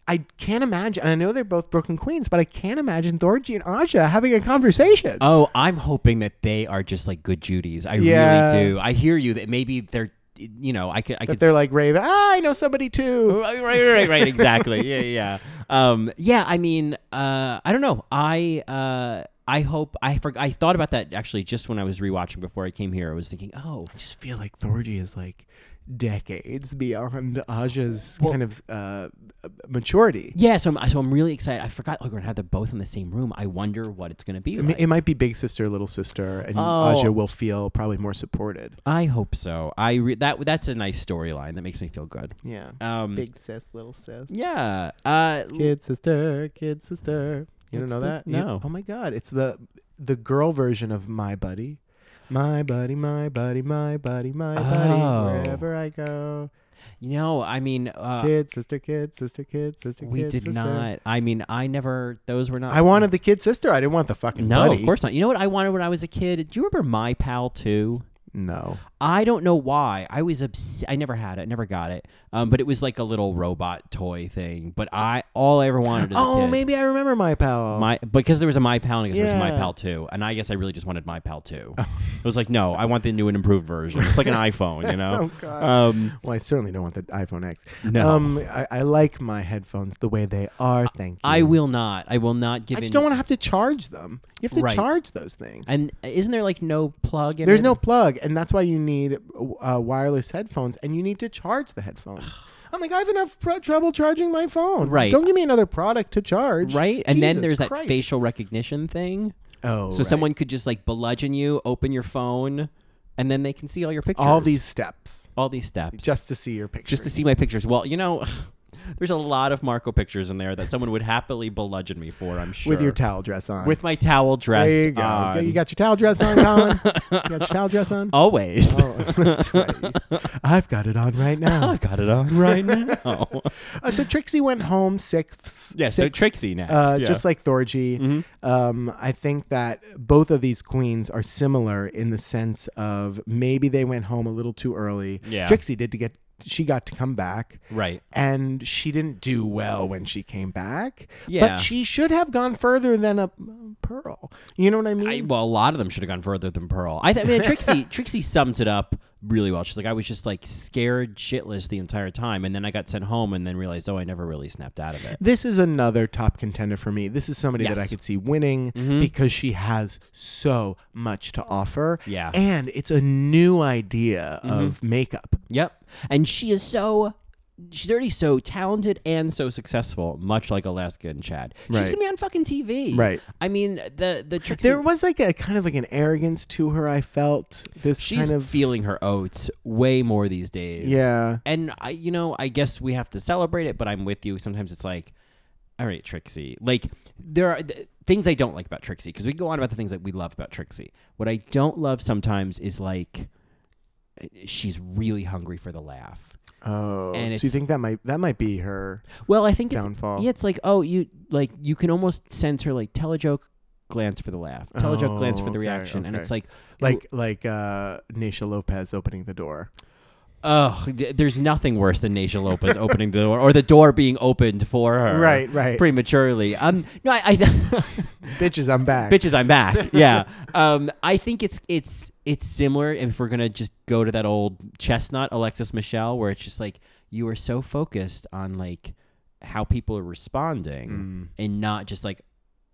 S2: I can't imagine. and I know they're both Brooklyn Queens, but I can't imagine Thorgy and Aja having a conversation.
S1: Oh, I'm hoping that they are just like good Judys. I
S2: Yeah.
S1: really do. I hear you that maybe they're. You know, I could. I
S2: that
S1: could.
S2: they're like raving. Ah, I know somebody too.
S1: Right, right, right, right. Exactly. yeah, yeah. yeah. Um, yeah. I mean, uh, I don't know. I uh, I hope I for, I thought about that actually just when I was rewatching before I came here. I was thinking, oh,
S2: I just feel like Thorgy is like decades beyond Aja's kind of uh, maturity.
S1: yeah. So I'm so I'm really excited. I forgot like, we're gonna have them both in the same room. I wonder what it's gonna be.
S2: I mean,
S1: like.
S2: It might be big sister, little sister, and
S1: Oh.
S2: Aja will feel probably more supported.
S1: I hope so. I re- that that's a nice storyline that makes me feel good.
S2: Yeah.
S1: Um,
S2: Big sis, little sis.
S1: yeah. Uh, l-
S2: Kid sister, kid sister. You don't
S1: What's
S2: know
S1: this?
S2: that? You-
S1: No.
S2: oh my god, it's the the girl version of My Buddy. My buddy, my buddy, my buddy, my
S1: Oh.
S2: buddy. Wherever I go,
S1: you know, I mean, uh,
S2: kid, sister, kid, sister, kid, sister,
S1: we
S2: kid,
S1: did
S2: sister.
S1: not. I mean, I never. Those were not.
S2: I wanted the kid sister. I didn't want the fucking
S1: No,
S2: buddy.
S1: of course not. You know what I wanted when I was a kid? Do you remember My Pal Two?
S2: No.
S1: I don't know why. I was obs- I never had it. Never got it. Um, but it was like a little robot toy thing. But I all I ever wanted. As a
S2: Oh,
S1: kid,
S2: maybe I remember my pal.
S1: My because there was a My Pal and because there was a
S2: Yeah.
S1: My Pal Two, and I guess I really just wanted My Pal Two. I was like, no, I want the new and improved version. It's like an iPhone, you know.
S2: Oh, God.
S1: Um,
S2: well, I certainly don't want the iPhone X.
S1: No.
S2: Um, I, I like my headphones the way they are. Thank you.
S1: I will not. I will not give.
S2: I just
S1: in-
S2: don't want to have to charge them. You have to
S1: Right.
S2: charge those things.
S1: And isn't there like no plug? In
S2: There's
S1: it?
S2: no plug, and that's why you need uh, wireless headphones, and you need to charge the headphones. I'm like, I have enough pr- trouble charging my phone.
S1: Right.
S2: Don't give me another product to charge.
S1: right. And then
S2: Jesus
S1: there's that
S2: Christ.
S1: facial recognition thing.
S2: Oh,
S1: So
S2: right.
S1: someone could just like bludgeon you, open your phone, and then they can see all your pictures.
S2: all these steps
S1: all these steps.
S2: just to see your picture.
S1: just to see my pictures. Well, you know, there's a lot of Marco pictures in there that someone would happily bludgeon me for. I'm sure.
S2: with your towel dress on.
S1: with my towel dress
S2: there you go.
S1: on.
S2: You got your towel dress on, Colin. you got your towel dress on.
S1: Always.
S2: Oh, that's right. I've got it on right now.
S1: I've got it on right now.
S2: Uh, so Trixie went home sixth.
S1: yeah, so
S2: sixth,
S1: Trixie next.
S2: Uh,
S1: yeah. Mm-hmm.
S2: Just like Thorgy, um, I think that both of these queens are similar in the sense of maybe they went home a little too early.
S1: Yeah.
S2: Trixie did to get she got to come back,
S1: right.
S2: and she didn't do well when she came back.
S1: Yeah.
S2: but she should have gone further than a mm, pearl. You know what I mean?
S1: I, well, a lot of them should have gone further than Pearl. I, th- I mean, Trixie Trixie sums it up really well. She's like, I was just like scared shitless the entire time, and then I got sent home, and then realized, oh, I never really snapped out of it.
S2: this is another top contender for me. This is somebody that
S1: Yes.
S2: I
S1: Mm-hmm.
S2: could see winning because she has so much to offer.
S1: Yeah. Mm-hmm.
S2: And it's a new idea of makeup.
S1: Yep, and she is so she's already so talented and so successful, much like Alaska and Chad. She's
S2: Right.
S1: gonna be on fucking TV.
S2: Right.
S1: I mean the the Trixie,
S2: There was like a kind of like an arrogance to her. I felt this
S1: she's
S2: kind of
S1: feeling her oats way more these days.
S2: Yeah.
S1: And I you know, I guess we have to celebrate it, but I'm with you. Sometimes it's like, all right, Trixie. Like there are th- things I don't like about Trixie because we go on about the things that we love about Trixie. What I don't love sometimes is like she's really hungry for the laugh.
S2: Oh,
S1: And
S2: so you
S1: it's-
S2: think that might that might be her
S1: Well, I think it's
S2: downfall?
S1: Yeah, it's like oh, you like you can almost sense her like tell a joke, glance for the laugh, tell a joke, glance
S2: Oh,
S1: for the
S2: okay,
S1: reaction, and
S2: okay.
S1: it's like
S2: like like uh, Nisha Lopez opening the door.
S1: oh, th- there's nothing worse than Nasia Lopez opening the door or the door being opened for her
S2: Right, right.
S1: prematurely. Um, no, I, I
S2: Bitches, I'm back.
S1: bitches, I'm back. Yeah, um, I think it's it's it's similar. If we're gonna just go to that old chestnut Alexis Michelle, where it's just like you are so focused on like how people are responding.
S2: Mm.
S1: and not just like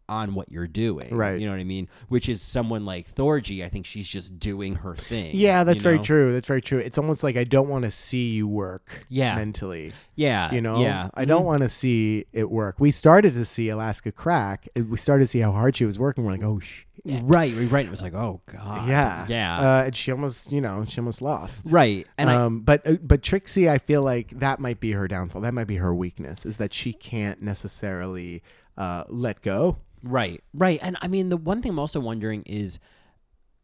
S1: on what you're doing.
S2: Right.
S1: You know what I mean? Which is someone like Thorgy, I think she's just doing her thing.
S2: Yeah, that's
S1: you
S2: very
S1: know?
S2: true. That's very true. It's almost like I don't want to see you work
S1: Yeah.
S2: mentally.
S1: yeah.
S2: You know,
S1: Yeah.
S2: I don't
S1: Mhm.
S2: want to see it work. We started to see Alaska crack. It- We started to see how hard she was working. We're like, oh, sh-
S1: Yeah. Right, right, right. It was like, oh God.
S2: yeah,
S1: Yeah.
S2: Uh, and she almost, you know, she almost lost.
S1: right. And I
S2: um, but uh, but Trixie, I feel like that might be her downfall. That might be her weakness is that she can't necessarily uh, let go.
S1: right. Right. And I mean the one thing I'm also wondering is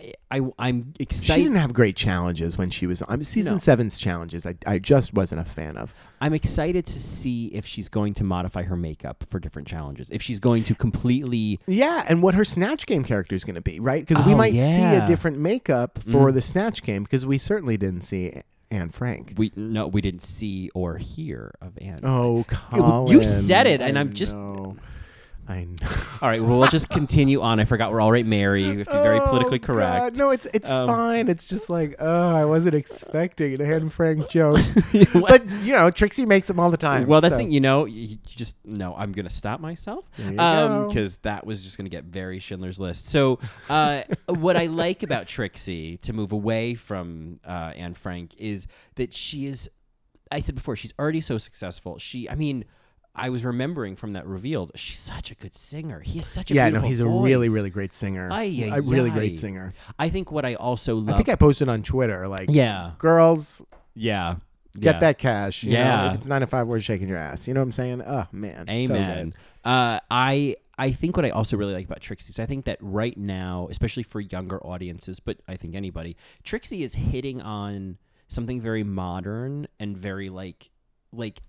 S1: I, I I'm
S2: she
S1: excited
S2: didn't have great challenges when she was on season
S1: No.
S2: seven's challenges. I, I just wasn't a fan of.
S1: I'm excited to see if she's going to modify her makeup for different challenges. If she's going to completely
S2: Yeah, and what her snatch game character is going to be, right? Because we
S1: Oh,
S2: might see
S1: yeah.
S2: a different makeup for the snatch game because we certainly didn't see Anne Frank.
S1: we no, we didn't see or hear of Anne.
S2: Oh,
S1: well,
S2: Colin,
S1: you said it, and I'm just-
S2: know. I know.
S1: All right, well, we'll just continue on. I forgot we're all right, Mary. We have to be very politically
S2: Oh,
S1: correct.
S2: God. No, it's it's
S1: Um,
S2: fine. It's just like, oh, I wasn't expecting an Anne Frank joke, but you know, Trixie makes them all the time.
S1: well, that's
S2: so.
S1: the thing, you know, you you just no. I'm gonna stop myself
S2: There you go.
S1: because that was just gonna get very Schindler's List. So, uh, what I like about Trixie to move away from uh, Anne Frank is that she is. I said before, she's already so successful. She, I mean, I was remembering from that revealed. She's such a good singer. He is such a
S2: yeah, no,
S1: beautiful
S2: he's a really
S1: voice.
S2: really great singer.
S1: Ay,
S2: a really
S1: ay, ay.
S2: great singer.
S1: I think what I also love.
S2: I think I posted on Twitter like,
S1: yeah,
S2: girls,
S1: yeah,
S2: get
S1: yeah.
S2: that cash. you know?
S1: Yeah.
S2: if it's nine to five, we're shaking your ass. You know what I'm saying? Oh man, so
S1: Amen.
S2: good.
S1: uh, I I think what I also really like about Trixie is I think that right now, especially for younger audiences, but I think anybody, Trixie is hitting on something very modern and very like like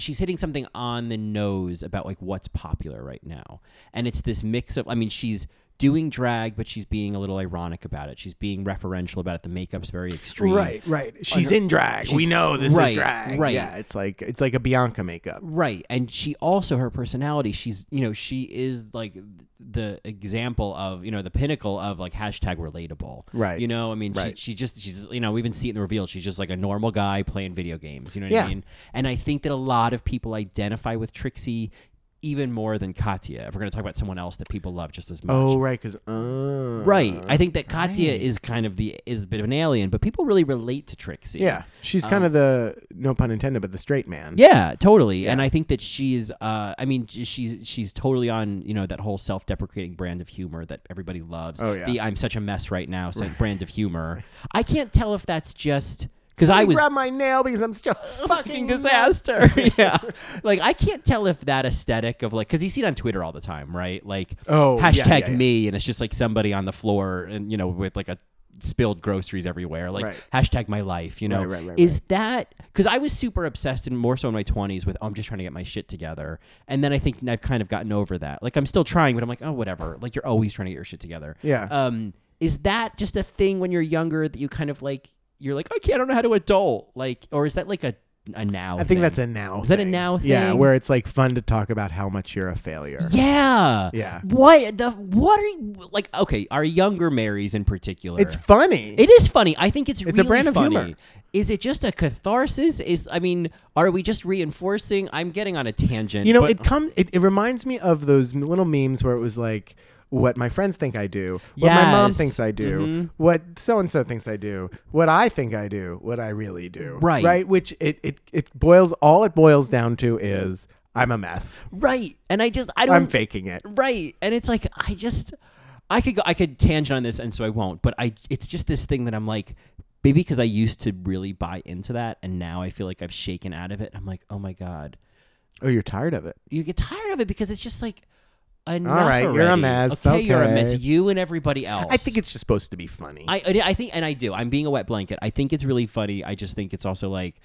S1: she's hitting something on the nose about like what's popular right now. And it's this mix of I mean she's doing drag but she's being a little ironic about it. She's being referential about it. The makeup's very extreme.
S2: Right, right. She's in drag. we know this
S1: right,
S2: is drag.
S1: right.
S2: Yeah, it's like it's like a Bianca makeup.
S1: Right. And she also her personality, she's you know, she is like the example of, you know, the pinnacle of like hashtag relatable.
S2: Right.
S1: You know, I mean
S2: Right.
S1: she she just she's you know, we even see it in the reveal, she's just like a normal guy playing video games. You know what I
S2: Yeah.
S1: mean? And I think that a lot of people identify with Trixie even more than Katya. If we're gonna talk about someone else that people love just as much.
S2: Oh, right, because uh,
S1: Right. I think that Katya
S2: right.
S1: is kind of the is a bit of an alien, but people really relate to Trixie.
S2: Yeah, she's kind of the no pun intended, but the straight man.
S1: Um, Yeah, totally. And I think that she's, uh, I mean, j- she's she's totally on you know that whole self-deprecating brand of humor that everybody loves.
S2: Oh, yeah.
S1: The I'm such a mess right now so brand of humor. I can't tell if that's just because I
S2: I
S1: was
S2: grab my nail because I'm such a fucking
S1: fucking
S2: disaster.
S1: disaster. yeah. Like I can't tell if that aesthetic of like because you see it on Twitter all the time, right? Like
S2: Oh, yeah,
S1: hashtag
S2: yeah, yeah.
S1: me, and it's just like somebody on the floor and you know with like a spilled groceries everywhere like
S2: Right.
S1: hashtag my life you know
S2: Right, right, right,
S1: is that because i was super obsessed and more so in my 20s with oh, i'm just trying to get my shit together and then i think i've kind of gotten over that like i'm still trying but i'm like oh whatever like you're always trying to get your shit together
S2: Yeah.
S1: um is that just a thing when you're younger that you kind of like you're like okay i don't know how to adult like or is that like a a now
S2: I think that's a now.
S1: Is that a
S2: thing.
S1: now
S2: Yeah,
S1: thing?
S2: where it's like fun to talk about how much you're a failure.
S1: yeah
S2: Yeah.
S1: what the what are you like okay our younger marys in particular
S2: It's funny.
S1: It is funny. I think it's
S2: a
S1: really
S2: brand of
S1: funny.
S2: humor.
S1: Is it just a catharsis? Is I mean, are we just reinforcing? I'm getting on a tangent.
S2: You know,
S1: but-
S2: it comes. It, it reminds me of those little memes where it was like, what my friends think I do, what my mom
S1: Yes.
S2: thinks I do,
S1: Mhm.
S2: what so and so thinks I do, what I think I do, what I really do.
S1: Right.
S2: Right. Which it, it, it boils, all it boils down to is I'm a mess.
S1: Right. And I just I don't
S2: I'm faking it.
S1: Right. And it's like I just I could go I could tangent on this and so I won't, but I it's just this thing that I'm like maybe because I used to really buy into that and now I feel like I've shaken out of it. I'm like, "Oh my god."
S2: Oh, you're tired of it.
S1: You get tired of it because it's just like enough
S2: right, you're a
S1: already.
S2: mess.
S1: Okay, you're a mess.
S2: Okay.
S1: You and everybody else.
S2: I think it's just supposed to be funny.
S1: I, I I think, and I do. I'm being a wet blanket. I think it's really funny. I just think it's also like,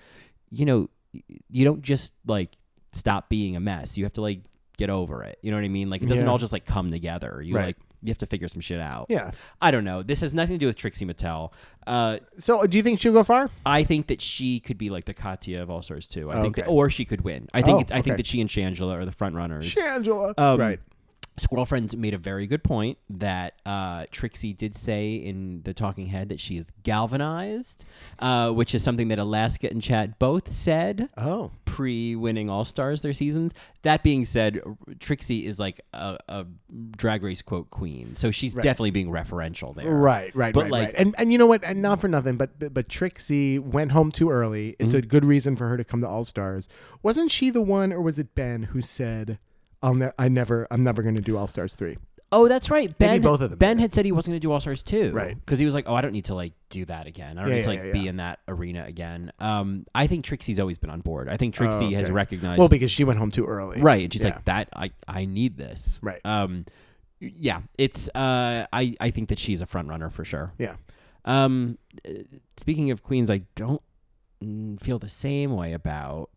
S1: you know, y- you don't just like stop being a mess. You have to like get over it. You know what I mean? Like it doesn't
S2: Yeah.
S1: all just like come together. You
S2: Right.
S1: like you have to figure some shit out.
S2: yeah.
S1: I don't know. This has nothing to do with Trixie Mattel. Uh,
S2: So, do you think she'll go far?
S1: I think that she could be like the Katya of all sorts too. I think, that,
S2: Okay.
S1: or she could win. I think
S2: Oh,
S1: it- I think
S2: okay.
S1: that she and Shangela are the front runners.
S2: Shangela.
S1: Um,
S2: right.
S1: Squirrel Friends made a very good point that uh, Trixie did say in the Talking Head that she is galvanized, uh, which is something that Alaska and Chad both said
S2: Oh.
S1: pre winning All Stars their seasons. That being said, R- Trixie is like a, a drag race quote queen, so she's definitely being referential there.
S2: Right, right,
S1: But,
S2: right,
S1: like-
S2: right. And and you know what? And not for nothing, but but, but Trixie went home too early. It's a
S1: Mm-hmm.
S2: good reason for her to come to All Stars. Wasn't she the one, or was it Ben who said, "I'll ne- I never, I'm never going to do All Stars three?
S1: Oh, that's right. Ben,
S2: both of them
S1: Ben
S2: did.
S1: had said he wasn't going to do All Stars too,
S2: Right.
S1: Because he was like, "Oh, I don't need to like do that again. I don't
S2: Yeah,
S1: need to
S2: yeah,
S1: like
S2: yeah,
S1: be
S2: yeah.
S1: in that arena again." Um, I think Trixie's always been on board. I think Trixie has
S2: Oh, okay.
S1: recognized
S2: Well, because she went home too early.
S1: right and she's
S2: Yeah.
S1: like that i i need this
S2: Right.
S1: um yeah it's uh i i think that she's a front runner for sure
S2: Yeah.
S1: um uh, speaking of queens i don't mm, feel the same way about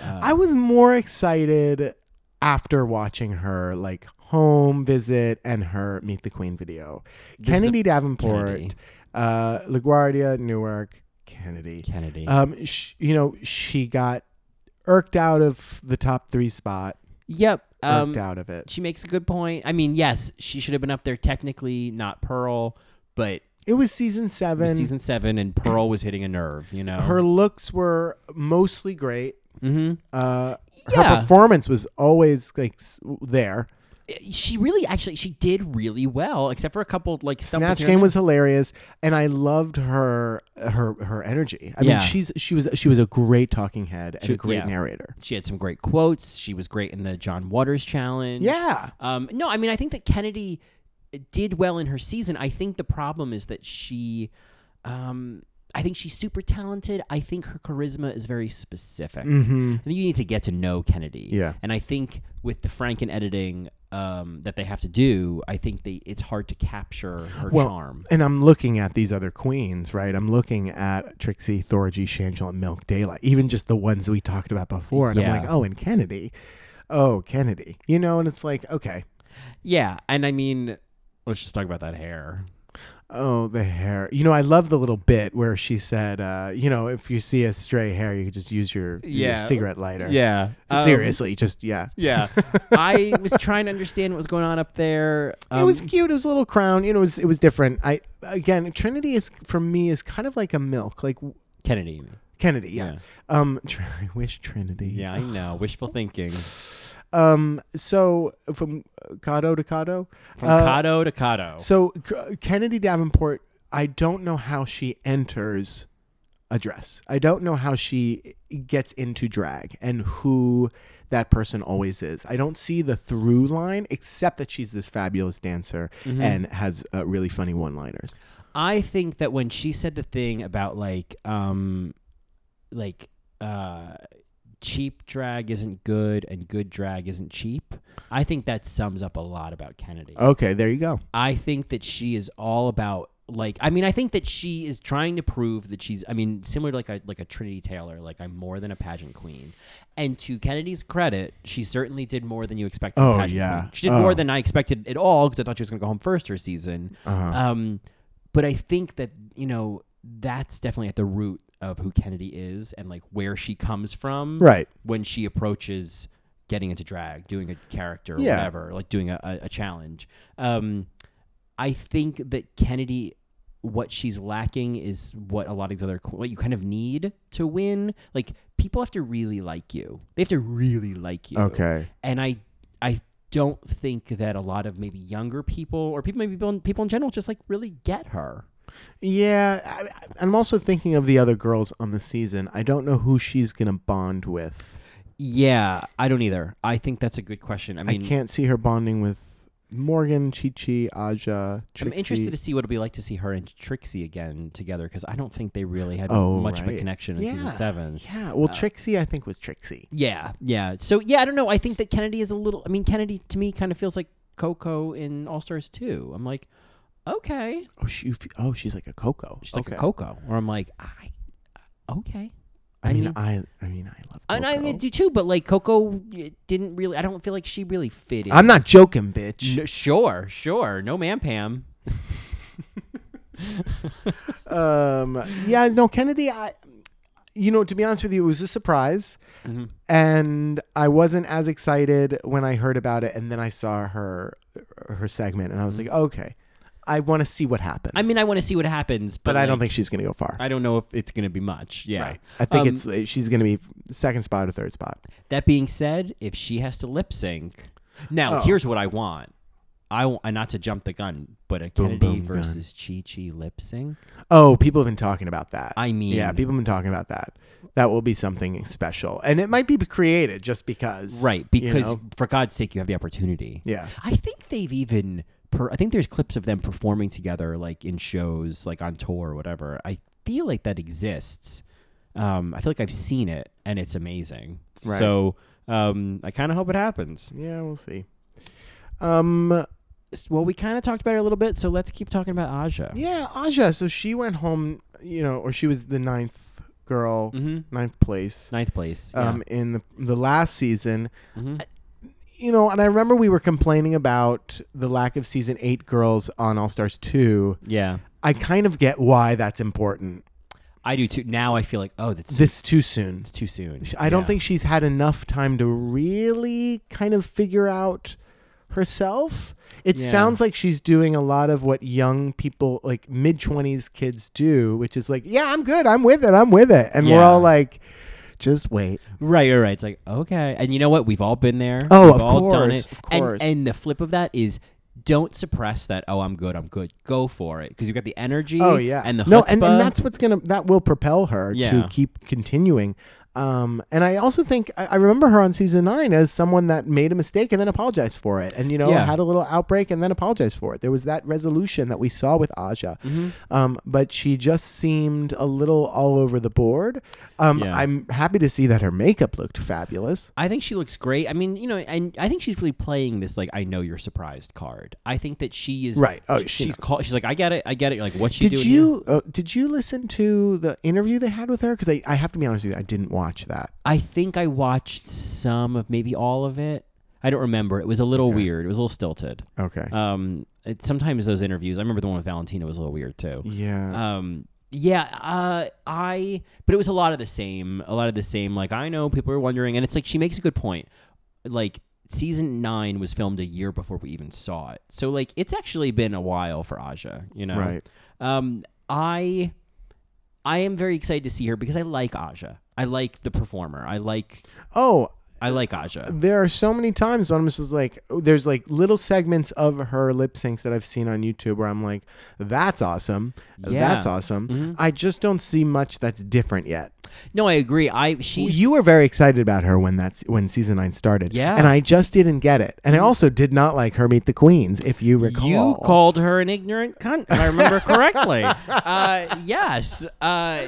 S1: uh,
S2: I was more excited after watching her like home visit and her Meet the Queen video.
S1: This is
S2: Kennedy Davenport,
S1: Kennedy.
S2: Uh, LaGuardia, Newark, Kennedy.
S1: kennedy
S2: Um, sh- you know, she got irked out of the top three spot.
S1: yep um
S2: irked out of it.
S1: she makes a good point i mean yes she should have been up there technically not pearl but
S2: It was season
S1: it was
S2: seven.
S1: season seven and pearl was hitting a nerve you know
S2: her looks were mostly great.
S1: mm-hmm.
S2: Uh,
S1: Yeah.
S2: Her performance was always like s- there.
S1: she really actually she did really well except for a couple like stumbles
S2: Snatch
S1: here and
S2: Game was hilarious, and I loved her her her energy. I
S1: Yeah.
S2: mean, she's she was she was a great talking head and
S1: She-
S2: a great
S1: yeah.
S2: narrator.
S1: She had some great quotes. She was great in the John Waters challenge.
S2: Yeah,
S1: Um, no, I mean, I think that Kennedy uh, did well in her season. I think the problem is that she, um, I think she's super talented. I think her charisma is very specific.
S2: hmm
S1: I think you need to get to know Kennedy.
S2: Yeah.
S1: And I think with the Franken editing um, that they have to do, I think they it's hard to capture her
S2: Well,
S1: charm.
S2: and I'm looking at these other queens, right? I'm looking at Trixie, Thorgy, Shangela, Milk, Daylight, even just the ones we talked about before, and
S1: Yeah.
S2: I'm like, oh, and Kennedy, oh Kennedy, you know, and it's like, okay,
S1: Yeah. And I mean, let's just talk about that hair.
S2: Oh, the hair. You know, I love the little bit where she said, uh, you know, if you see a stray hair, you could just use your, your
S1: Yeah.
S2: cigarette lighter.
S1: Yeah.
S2: Seriously, just, yeah.
S1: Yeah. I was trying to understand what was going on up there.
S2: it
S1: Um,
S2: was cute. It was a little crown. You know, it was, it was different. I Again, Trinity is, for me, is kind of like a milk, like w-
S1: Kennedy.
S2: Kennedy. Yeah.
S1: Yeah.
S2: Um, tr- I wish Trinity.
S1: Yeah, I know. Wishful thinking.
S2: Um, so from uh, Cado to Cado.
S1: From
S2: uh,
S1: Cado to Cado.
S2: So K- Kennedy Davenport, I don't know how she enters a dress. I don't know how she gets into drag and who that person always is. I don't see the through line except that she's this fabulous dancer
S1: Mm-hmm.
S2: and has uh, really funny one-liners.
S1: I think that when she said the thing about like um like uh cheap drag isn't good and good drag isn't cheap, I think that sums up a lot about Kennedy.
S2: Okay, there you go.
S1: I think that she is all about like I mean I think that she is trying to prove that she's I mean similar to like a like a Trinity Taylor like I'm more than a pageant queen and to Kennedy's credit she certainly did more than you expected
S2: Oh,
S1: a pageant
S2: yeah.
S1: queen. she did
S2: Oh.
S1: more than I expected at all because I thought she was gonna go home first her season
S2: Uh-huh.
S1: um but I think that you know that's definitely at the root of who Kennedy is and like where she comes from
S2: Right.
S1: when she approaches getting into drag, doing a character, or
S2: Yeah.
S1: whatever, like doing a, a, a challenge. Um, I think that Kennedy, what she's lacking is what a lot of these other what you kind of need to win. Like people have to really like you. They have to really like you.
S2: Okay.
S1: And I, I don't think that a lot of maybe younger people or people maybe people in, people in general just like really get her.
S2: Yeah, I, I- I'm also thinking of the other girls on the season. I don't know who she's gonna bond with.
S1: Yeah, I don't either. I think that's a good question. I
S2: I,
S1: mean,
S2: can't see her bonding with Morgan, Chi Chi, Aja, Trixie.
S1: I'm interested to see what it'll be like to see her and Trixie again together because I don't think they really had
S2: Oh,
S1: much of a
S2: right.
S1: connection in season
S2: Yeah.
S1: seven.
S2: Yeah, well,
S1: Uh,
S2: Trixie, I think was Trixie.
S1: Yeah, yeah. So yeah, I don't know. I think that Kennedy is a little. I mean, Kennedy to me kind of feels like Coco in All Stars two. I'm like, okay,
S2: Oh, she. Oh, she's like a Coco.
S1: she's
S2: okay.
S1: like a Coco, or I'm like, I, okay.
S2: I
S1: I
S2: mean,
S1: mean-
S2: I. I mean, I love. Coco.
S1: And I mean, do too, but like Coco it didn't really. I don't feel like she really fit in.
S2: I'm not joking, bitch.
S1: No, sure, sure. No, ma'am, Pam.
S2: um yeah no kennedy i you know to be honest with you it was a surprise
S1: Mhm.
S2: and i wasn't as excited when i heard about it and then i saw her her segment and i was like okay i want to see what happens
S1: Mm-hmm. I mean, I want to see what happens, but,
S2: but i don't
S1: like,
S2: think she's gonna go far
S1: I don't know if it's going to be much. Yeah.
S2: right i think
S1: Um,
S2: it's eh, she's gonna be second spot or third spot
S1: That being said, if she has to lip sync, now
S2: Oh.
S1: here's what I want. I want and not to jump the gun, but a Kennedy
S2: boom, gun.
S1: versus Chi Chi lip sync.
S2: oh people have been talking about that
S1: I mean,
S2: yeah people have been talking about that that will be something special and it might be created just because
S1: right?
S2: you
S1: Because
S2: know?
S1: for God's sake, you have the opportunity.
S2: yeah
S1: I think they've even. Per, I think there's clips of them performing together, like in shows, like on tour or whatever. I feel like that exists. Um, I feel like I've seen it, and it's amazing.
S2: Right.
S1: So um, I kind of hope it happens.
S2: yeah we'll see um
S1: S- Well, we kind of talked about it a little bit, so let's keep talking about Aja.
S2: Yeah, Aja. So she went home, you know, or she was the ninth girl,
S1: Mm-hmm.
S2: ninth place
S1: Ninth place. yeah.
S2: um, in the, the last season.
S1: Mhm.
S2: You know, and I remember we were complaining about the lack of season eight girls on All Stars 2.
S1: Yeah.
S2: I kind of get why that's important.
S1: I do too. Now I feel like, oh, that's
S2: This is too soon.
S1: it's too soon.
S2: I don't
S1: Yeah.
S2: think she's had enough time to really kind of figure out herself. It
S1: Yeah.
S2: sounds like she's doing a lot of what young people, like mid 20s kids, do, which is like, yeah, I'm good. I'm with it. I'm with it. And we're
S1: Yeah.
S2: all like, just wait.
S1: Right, you're right. It's like, okay. And you know what? We've all been there.
S2: Oh,
S1: We've
S2: of
S1: all done
S2: course,
S1: it.
S2: of
S1: And-
S2: course.
S1: And, the flip of that is don't suppress that, oh, I'm good, I'm good. Go for it. Because you've got the energy
S2: Oh, yeah.
S1: and the
S2: no, and,
S1: chutzpah.
S2: and that's what's going to, that will propel her
S1: Yeah.
S2: to keep continuing. Um, and I also think I, I remember her on season nine as someone that made a mistake and then apologized for it, and you know
S1: Yeah.
S2: had a little outbreak and then apologized for it. There was that resolution that we saw with Aja,
S1: Mhm.
S2: um, but she just seemed a little all over the board. Um,
S1: Yeah.
S2: I'm happy to see that her makeup looked fabulous.
S1: I think she looks great. I mean, you know, and I think she's really playing this like I know you're surprised card. I think that she is
S2: Right. Oh, she
S1: she's
S2: knows.
S1: call, she's like I get it, I get it. You're like what's she
S2: did
S1: doing? here?
S2: you uh, did you listen to the interview they had with her? Because I, I have to be honest with you, I didn't watch that.
S1: I think I watched some of maybe all of it. I don't remember. It was a little weird. It was a little stilted.
S2: Okay.
S1: Um, it, sometimes those interviews. I remember the one with Valentina was a little weird too.
S2: yeah.
S1: Um, yeah. Uh, I. But it was a lot of the same. A lot of the same. Like I know people are wondering, and it's like she makes a good point. Like season nine was filmed a year before we even saw it, so like it's actually been a while for Aja. You know.
S2: Right.
S1: Um, I. I am very excited to see her because I like Aja. I like the performer. I like
S2: Oh,
S1: I like Aja.
S2: there are so many times when I'm just like, there's like little segments of her lip syncs that I've seen on YouTube where I'm like, that's awesome. That's
S1: Yeah. Mm-hmm.
S2: awesome. I just don't see much that's different yet.
S1: No, I agree. I she's
S2: you were very excited about her when that's when season nine started.
S1: Yeah. Mm-hmm.
S2: And I just didn't get it. And I also did not like her meet the queens, if you recall.
S1: You called her an ignorant cunt, if I remember correctly. uh, yes, uh,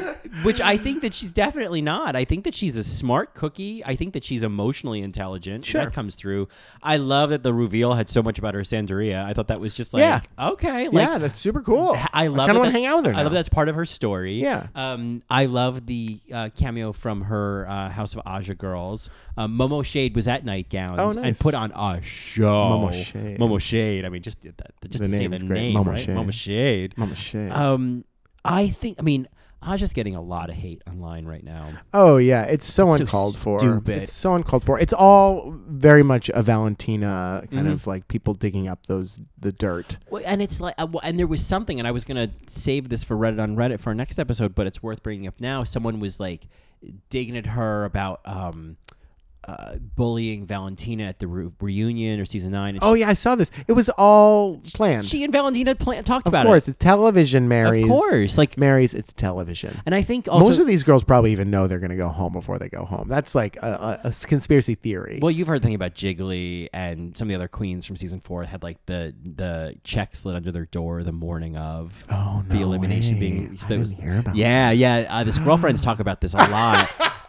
S1: which I think that she's definitely not. I think that she's a smart cookie. I think that she's emotionally intelligent.
S2: Sure.
S1: That comes through. I love that the reveal had so much about her Sandaria. I thought that was just like,
S2: Yeah.
S1: okay, like,
S2: yeah, that's super cool.
S1: I love.
S2: kind
S1: that
S2: of want
S1: that-
S2: to hang out with her.
S1: I love
S2: now.
S1: that's part of her story.
S2: Yeah.
S1: Um, I love the uh, cameo from her uh, House of Aja girls. Um, Momo Shade was at nightgowns
S2: Oh,
S1: and
S2: nice.
S1: put on a show.
S2: Momo Shade.
S1: Momo Shade. I mean, just did that. Just
S2: The
S1: to say
S2: name's
S1: the
S2: great.
S1: name,
S2: Momo
S1: right?
S2: Shade.
S1: Momo Shade.
S2: Mama shit.
S1: Um, I think. I mean, Aja's getting a lot of hate online right now.
S2: oh yeah, it's so
S1: It's so
S2: uncalled for.
S1: stupid.
S2: It's so uncalled for. It's all very much a Valentina kind
S1: Mhm.
S2: of like people digging up those the dirt.
S1: Well, and it's like, uh, well, and there was something, and I was gonna save this for Reddit on Reddit for our next episode, but it's worth bringing up now. Someone was like digging at her about, um, uh, bullying Valentina at the re- reunion or season nine. And
S2: Oh yeah, I saw this. It was all planned.
S1: she, she and Valentina plan- talked
S2: of
S1: about
S2: course, it's television,
S1: it.
S2: Marys.
S1: Of course, like,
S2: Marys, it's television.
S1: and I think also
S2: Most of these girls probably even know they're going to go home before they go home. That's like a, a, a s- conspiracy theory.
S1: Well, you've heard the thing about Jiggly and some of the other queens from season four had like the the check slid under their door the morning of
S2: oh no,
S1: the elimination
S2: way.
S1: being.
S2: I
S1: there
S2: didn't hear about. that.
S1: yeah, yeah. Uh, the squirrel friends talk about this a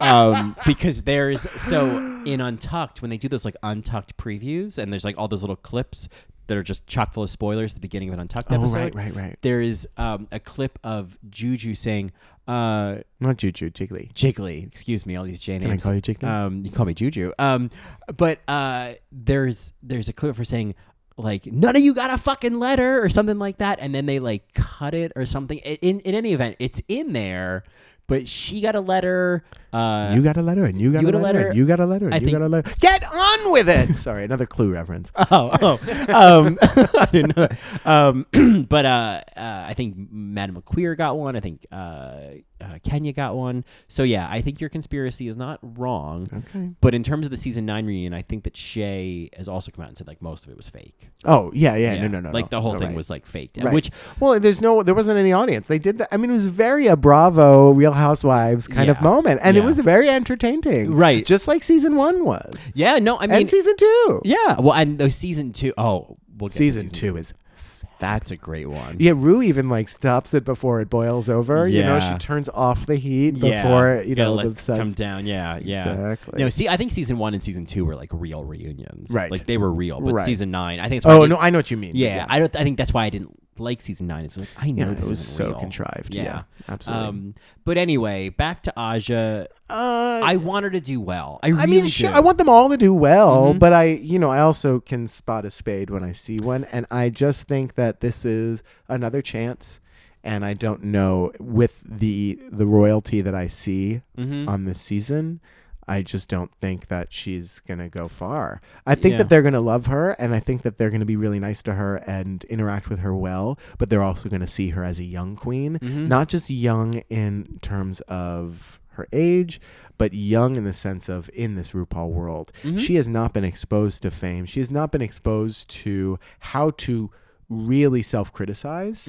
S1: lot um, because there's so in Untucked when they do those like Untucked previews and there's like all those little clips that are just chock full of spoilers at the beginning of an Untucked
S2: Oh
S1: episode.
S2: right, right, right.
S1: There is um, a clip of Juju saying, uh,
S2: Not Juju Jiggly.
S1: Jiggly, excuse me, all these J names.
S2: Can I call you Jiggly?
S1: Um, you can call me Juju. Um, but uh, there's there's a clip for saying like none of you got a fucking letter or something like that, and then they like cut it or something. I- In in any event, it's in there. But she got a letter. Uh,
S2: you got a letter, and you got,
S1: you
S2: a, letter, and you got a letter, and
S1: I
S2: you
S1: think-
S2: got a letter. Get on with it. Sorry, another clue reference.
S1: oh, oh. Um, I didn't know that. Um, but uh, uh, I think Madame McQueer got one. I think uh, uh, Kenya got one. So yeah, I think your conspiracy is not wrong.
S2: Okay.
S1: But in terms of the season nine reunion, I think that Shay has also come out and said like most of it was fake.
S2: Oh yeah, yeah, no, no, no.
S1: Like
S2: no.
S1: the whole
S2: No,
S1: thing
S2: right.
S1: was like faked,
S2: Right.
S1: which
S2: well, there's no, there wasn't any audience. They did that. I mean, it was very a Bravo, Real Housewives kind of
S1: Yeah.
S2: moment, and it
S1: Yeah.
S2: was very entertaining,
S1: Right.
S2: Just like season one was,
S1: yeah, no, I mean,
S2: and season two.
S1: yeah, well, and the season two, oh, we'll get to
S2: season two is
S1: That's a great one.
S2: yeah. Rue even like stops it before it boils over. You know, she
S1: Yeah.
S2: turns off the heat
S1: Yeah.
S2: before you
S1: Gotta
S2: know
S1: let
S2: the
S1: it come
S2: sun's
S1: down. Yeah, yeah.
S2: Exactly.
S1: No, see, I think season one and season two were like real reunions.
S2: Right.
S1: Like they were real, but
S2: Right.
S1: season nine, I think. It's why I
S2: Oh
S1: didn't-
S2: no, I know what you mean.
S1: Yeah, I don't. I think that's why I didn't like season nine. It's like I know
S2: Yeah,
S1: this
S2: it was
S1: isn't
S2: so
S1: real.
S2: contrived. Yeah, absolutely.
S1: Um, but anyway, back to Aja.
S2: uh,
S1: I want her to do well. I really
S2: I mean, sure,
S1: do. Mm-hmm.
S2: I want them all to do well, but I, you know, I also can spot a spade when I see one, and I just think that this is another chance, and I don't know with the the royalty that I see
S1: Mm-hmm.
S2: on this season. I just don't think that she's gonna go far. I think
S1: Yeah.
S2: that they're gonna love her, and I think that they're gonna be really nice to her and interact with her well. But they're also gonna see her as a young queen,
S1: Mm-hmm.
S2: not just young in terms of her age, but young in the sense of in this RuPaul world.
S1: Mm-hmm.
S2: She has not been exposed to fame. She has not been exposed to how to really self-criticize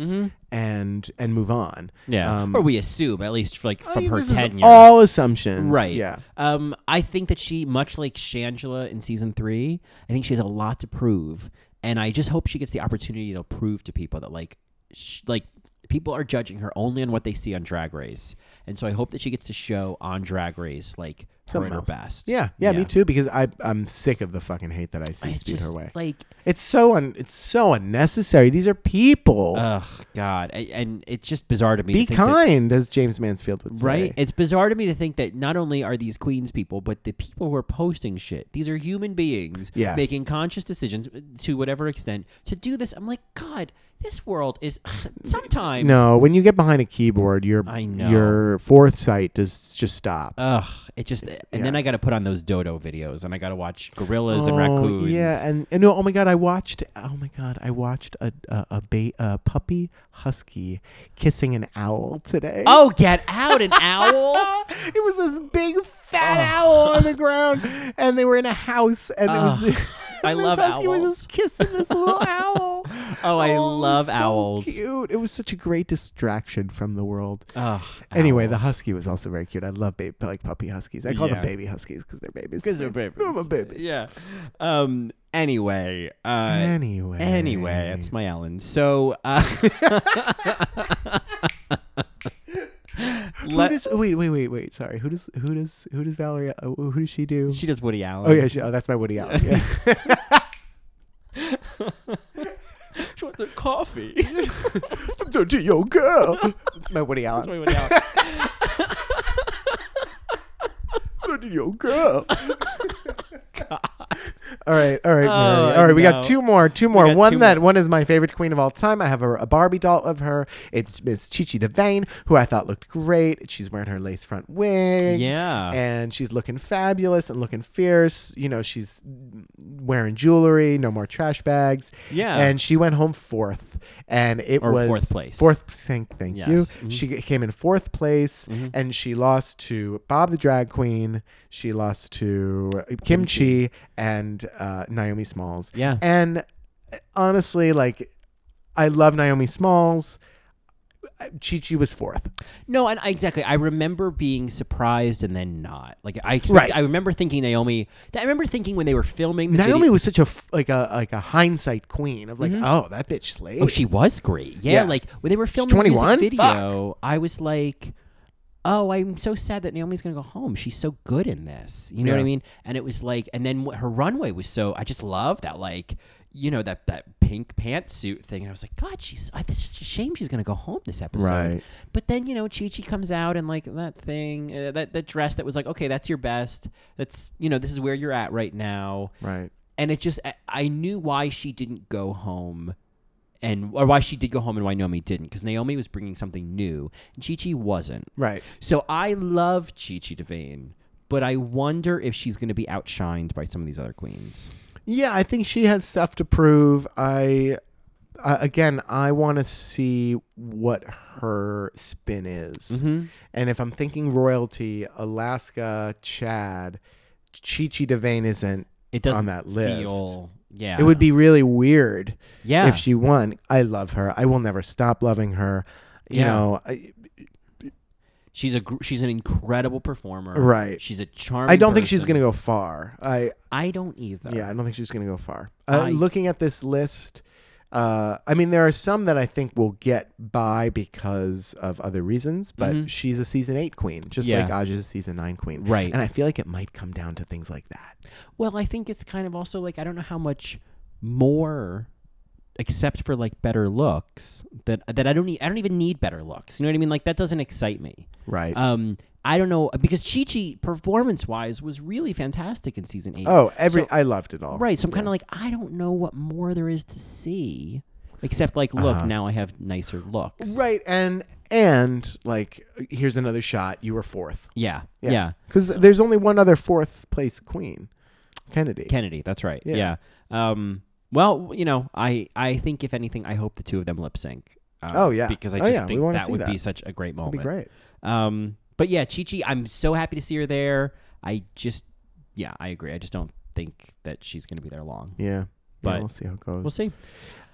S2: and and move on.
S1: Mm-hmm. Yeah,
S2: Um,
S1: or we assume at least for, like
S2: I
S1: from
S2: mean,
S1: her
S2: this is
S1: tenure,
S2: all assumptions.
S1: right?
S2: Yeah.
S1: Um, I think that she, much like Shangela in season three, I think she has a lot to prove, and I just hope she gets the opportunity to prove to people that like, sh- like people are judging her only on what they see on Drag Race, and so I hope that she gets to show on Drag Race like her,
S2: Something
S1: at her
S2: else.
S1: best.
S2: Yeah, yeah, me too. Because I I'm sick of the fucking hate that I see
S1: It's
S2: spewed
S1: just
S2: her way.
S1: like,
S2: It's so un it's so unnecessary. These are people.
S1: ugh, God, I, and it's just bizarre to me.
S2: Be
S1: to Uh, think that-
S2: kind, as James Mansfield would say.
S1: Right? It's bizarre to me to think that not only are these Queens people, but the people who are posting shit, these are human beings
S2: Yeah.
S1: making conscious decisions uh, to whatever extent to do this. I'm like, God, this world is sometimes.
S2: No, when you get behind a keyboard, your
S1: I know. Oh,
S2: your foresight does just stops.
S1: Ugh, it just. and then
S2: yeah.
S1: I got to put on those dodo videos and I got to watch gorillas and
S2: Oh,
S1: raccoons.
S2: Yeah, and, and no, oh my god, I watched. Oh my god, I watched a a, a, ba- a puppy husky kissing an owl today.
S1: oh, get out, an owl.
S2: it was this big fat
S1: Oh.
S2: owl on the ground, and they were in a house, and it was.
S1: Oh, I
S2: and this
S1: love
S2: husky was
S1: owls.
S2: just kissing this little owl.
S1: Oh, I
S2: it was
S1: love
S2: so
S1: owls.
S2: Cute. It was such a great distraction from the world.
S1: Ugh,
S2: Anyway, the
S1: owls.
S2: husky was also very cute. I love baby like puppy huskies. I call
S1: Yeah.
S2: them baby huskies because they're babies.
S1: Because they're babies.
S2: I'm a baby.
S1: Yeah. Um. Anyway. Uh,
S2: Anyway.
S1: Anyway, that's my Ellen. So, uh,
S2: Who
S1: let-
S2: does, wait, wait, wait, wait. Sorry. Who does who does who does Valerie? Uh, who does she do?
S1: she does Woody Allen.
S2: oh yeah, she, oh that's my Woody Allen. Yeah.
S1: she wants the coffee.
S2: Dirty yo girl. It's my Woody
S1: That's
S2: Allen.
S1: why Woody Allen.
S2: Dirty yo girl. All right, all right, Mary.
S1: Oh,
S2: all right. We got
S1: no.
S2: two more, two more.
S1: got
S2: one
S1: two
S2: that one is my favorite queen of all time. I have a, a Barbie doll of her. It's Miss Chichi Devane, who I thought looked great. She's wearing her lace front wig.
S1: Yeah.
S2: and she's looking fabulous and looking fierce. You know, she's wearing jewelry, no more trash bags.
S1: Yeah.
S2: and she went home fourth, and it
S1: Or
S2: was
S1: fourth place.
S2: Fourth, thank, thank you.
S1: Yes. Mm-hmm. Mhm.
S2: She came in fourth place, and she lost to Bob the drag queen. She lost to Kimchi and uh, Naomi Smalls.
S1: Yeah.
S2: and uh, honestly, like, I love Naomi Smalls. Uh, Chi Chi was fourth.
S1: No, and I, exactly. I remember being surprised and then not. Like I, expect,
S2: Right.
S1: I remember thinking Naomi. I remember thinking when they were filming. The
S2: Naomi
S1: video-
S2: was such a f- like a like a hindsight queen of like, oh, that bitch slayed.
S1: Mm-hmm. Oh, she was great. Yeah,
S2: Yeah.
S1: like when they were filming the music
S2: 21?
S1: video, I was like, "Oh, I'm so sad that Naomi's gonna go home. She's so good in this." You know what I
S2: Yeah.
S1: mean? And it was like, and then wh- her runway was so. I just love that, like, you know, that that pink pantsuit thing. And I was like, God, she's. I, this is a shame she's gonna go home this episode.
S2: Right.
S1: But then you know, Chi Chi comes out and like that thing, uh, that that dress that was like, okay, that's your best. That's you know, this is where you're at right now
S2: right.
S1: and it just I- I knew why she didn't go home, and or why she did go home and why Naomi didn't because Naomi was bringing something new and Chi Chi wasn't.
S2: Right.
S1: So I love Chi Chi Devane, but I wonder if she's going to be outshined by some of these other queens.
S2: Yeah, I think she has stuff to prove. I uh, again, I want to see what her spin is.
S1: Mm-hmm.
S2: And if I'm thinking royalty, Alaska, Chad, Chi Chi Devane isn't
S1: It doesn't
S2: on that list.
S1: feel yeah.
S2: It would be really weird
S1: yeah.
S2: if she won. I love her. I will never stop loving her. You
S1: Yeah.
S2: know, I,
S1: she's a gr- she's an incredible performer.
S2: Right.
S1: She's a charming.
S2: I don't think she's going
S1: to.
S2: to go far. I
S1: I don't either.
S2: Yeah, I don't think she's going to go far. Uh,
S1: I-
S2: looking at this list, uh, I mean, there are some that I think will get by because of other reasons, but
S1: Mhm.
S2: she's a season eight queen, just
S1: Yeah.
S2: like Aj is a season nine queen.
S1: Right.
S2: And I feel like it might come down to things like that.
S1: Well, I think it's kind of also like I don't know how much more, except for like better looks that that I don't need. I don't even need better looks. You know what I mean? Like that doesn't excite me.
S2: Right.
S1: Um, I don't know because Chi Chi performance wise was really fantastic in season eight.
S2: oh, every
S1: so-
S2: I loved it all.
S1: right. So I'm kind of like I don't know what more there is to see, except like look now I have nicer looks.
S2: Uh-huh. Right. And and like here's another shot. You were fourth.
S1: Yeah. yeah.
S2: Because there's only one other fourth place queen, Kennedy.
S1: Kennedy. That's right. Yeah.
S2: Yeah.
S1: Um. Well, you know, I I think if anything, I hope the two of them lip sync. Um,
S2: Oh, yeah.
S1: Because I
S2: Oh,
S1: just
S2: yeah, we
S1: think
S2: wanna
S1: that
S2: see
S1: would be
S2: that.
S1: such a great moment.
S2: That'd be great.
S1: Um. But yeah, Chi Chi, I'm so happy to see her there. I just, yeah, I agree. I just don't think that she's going to be there long.
S2: Yeah. Yeah,
S1: But-
S2: we'll see how it goes.
S1: We'll see.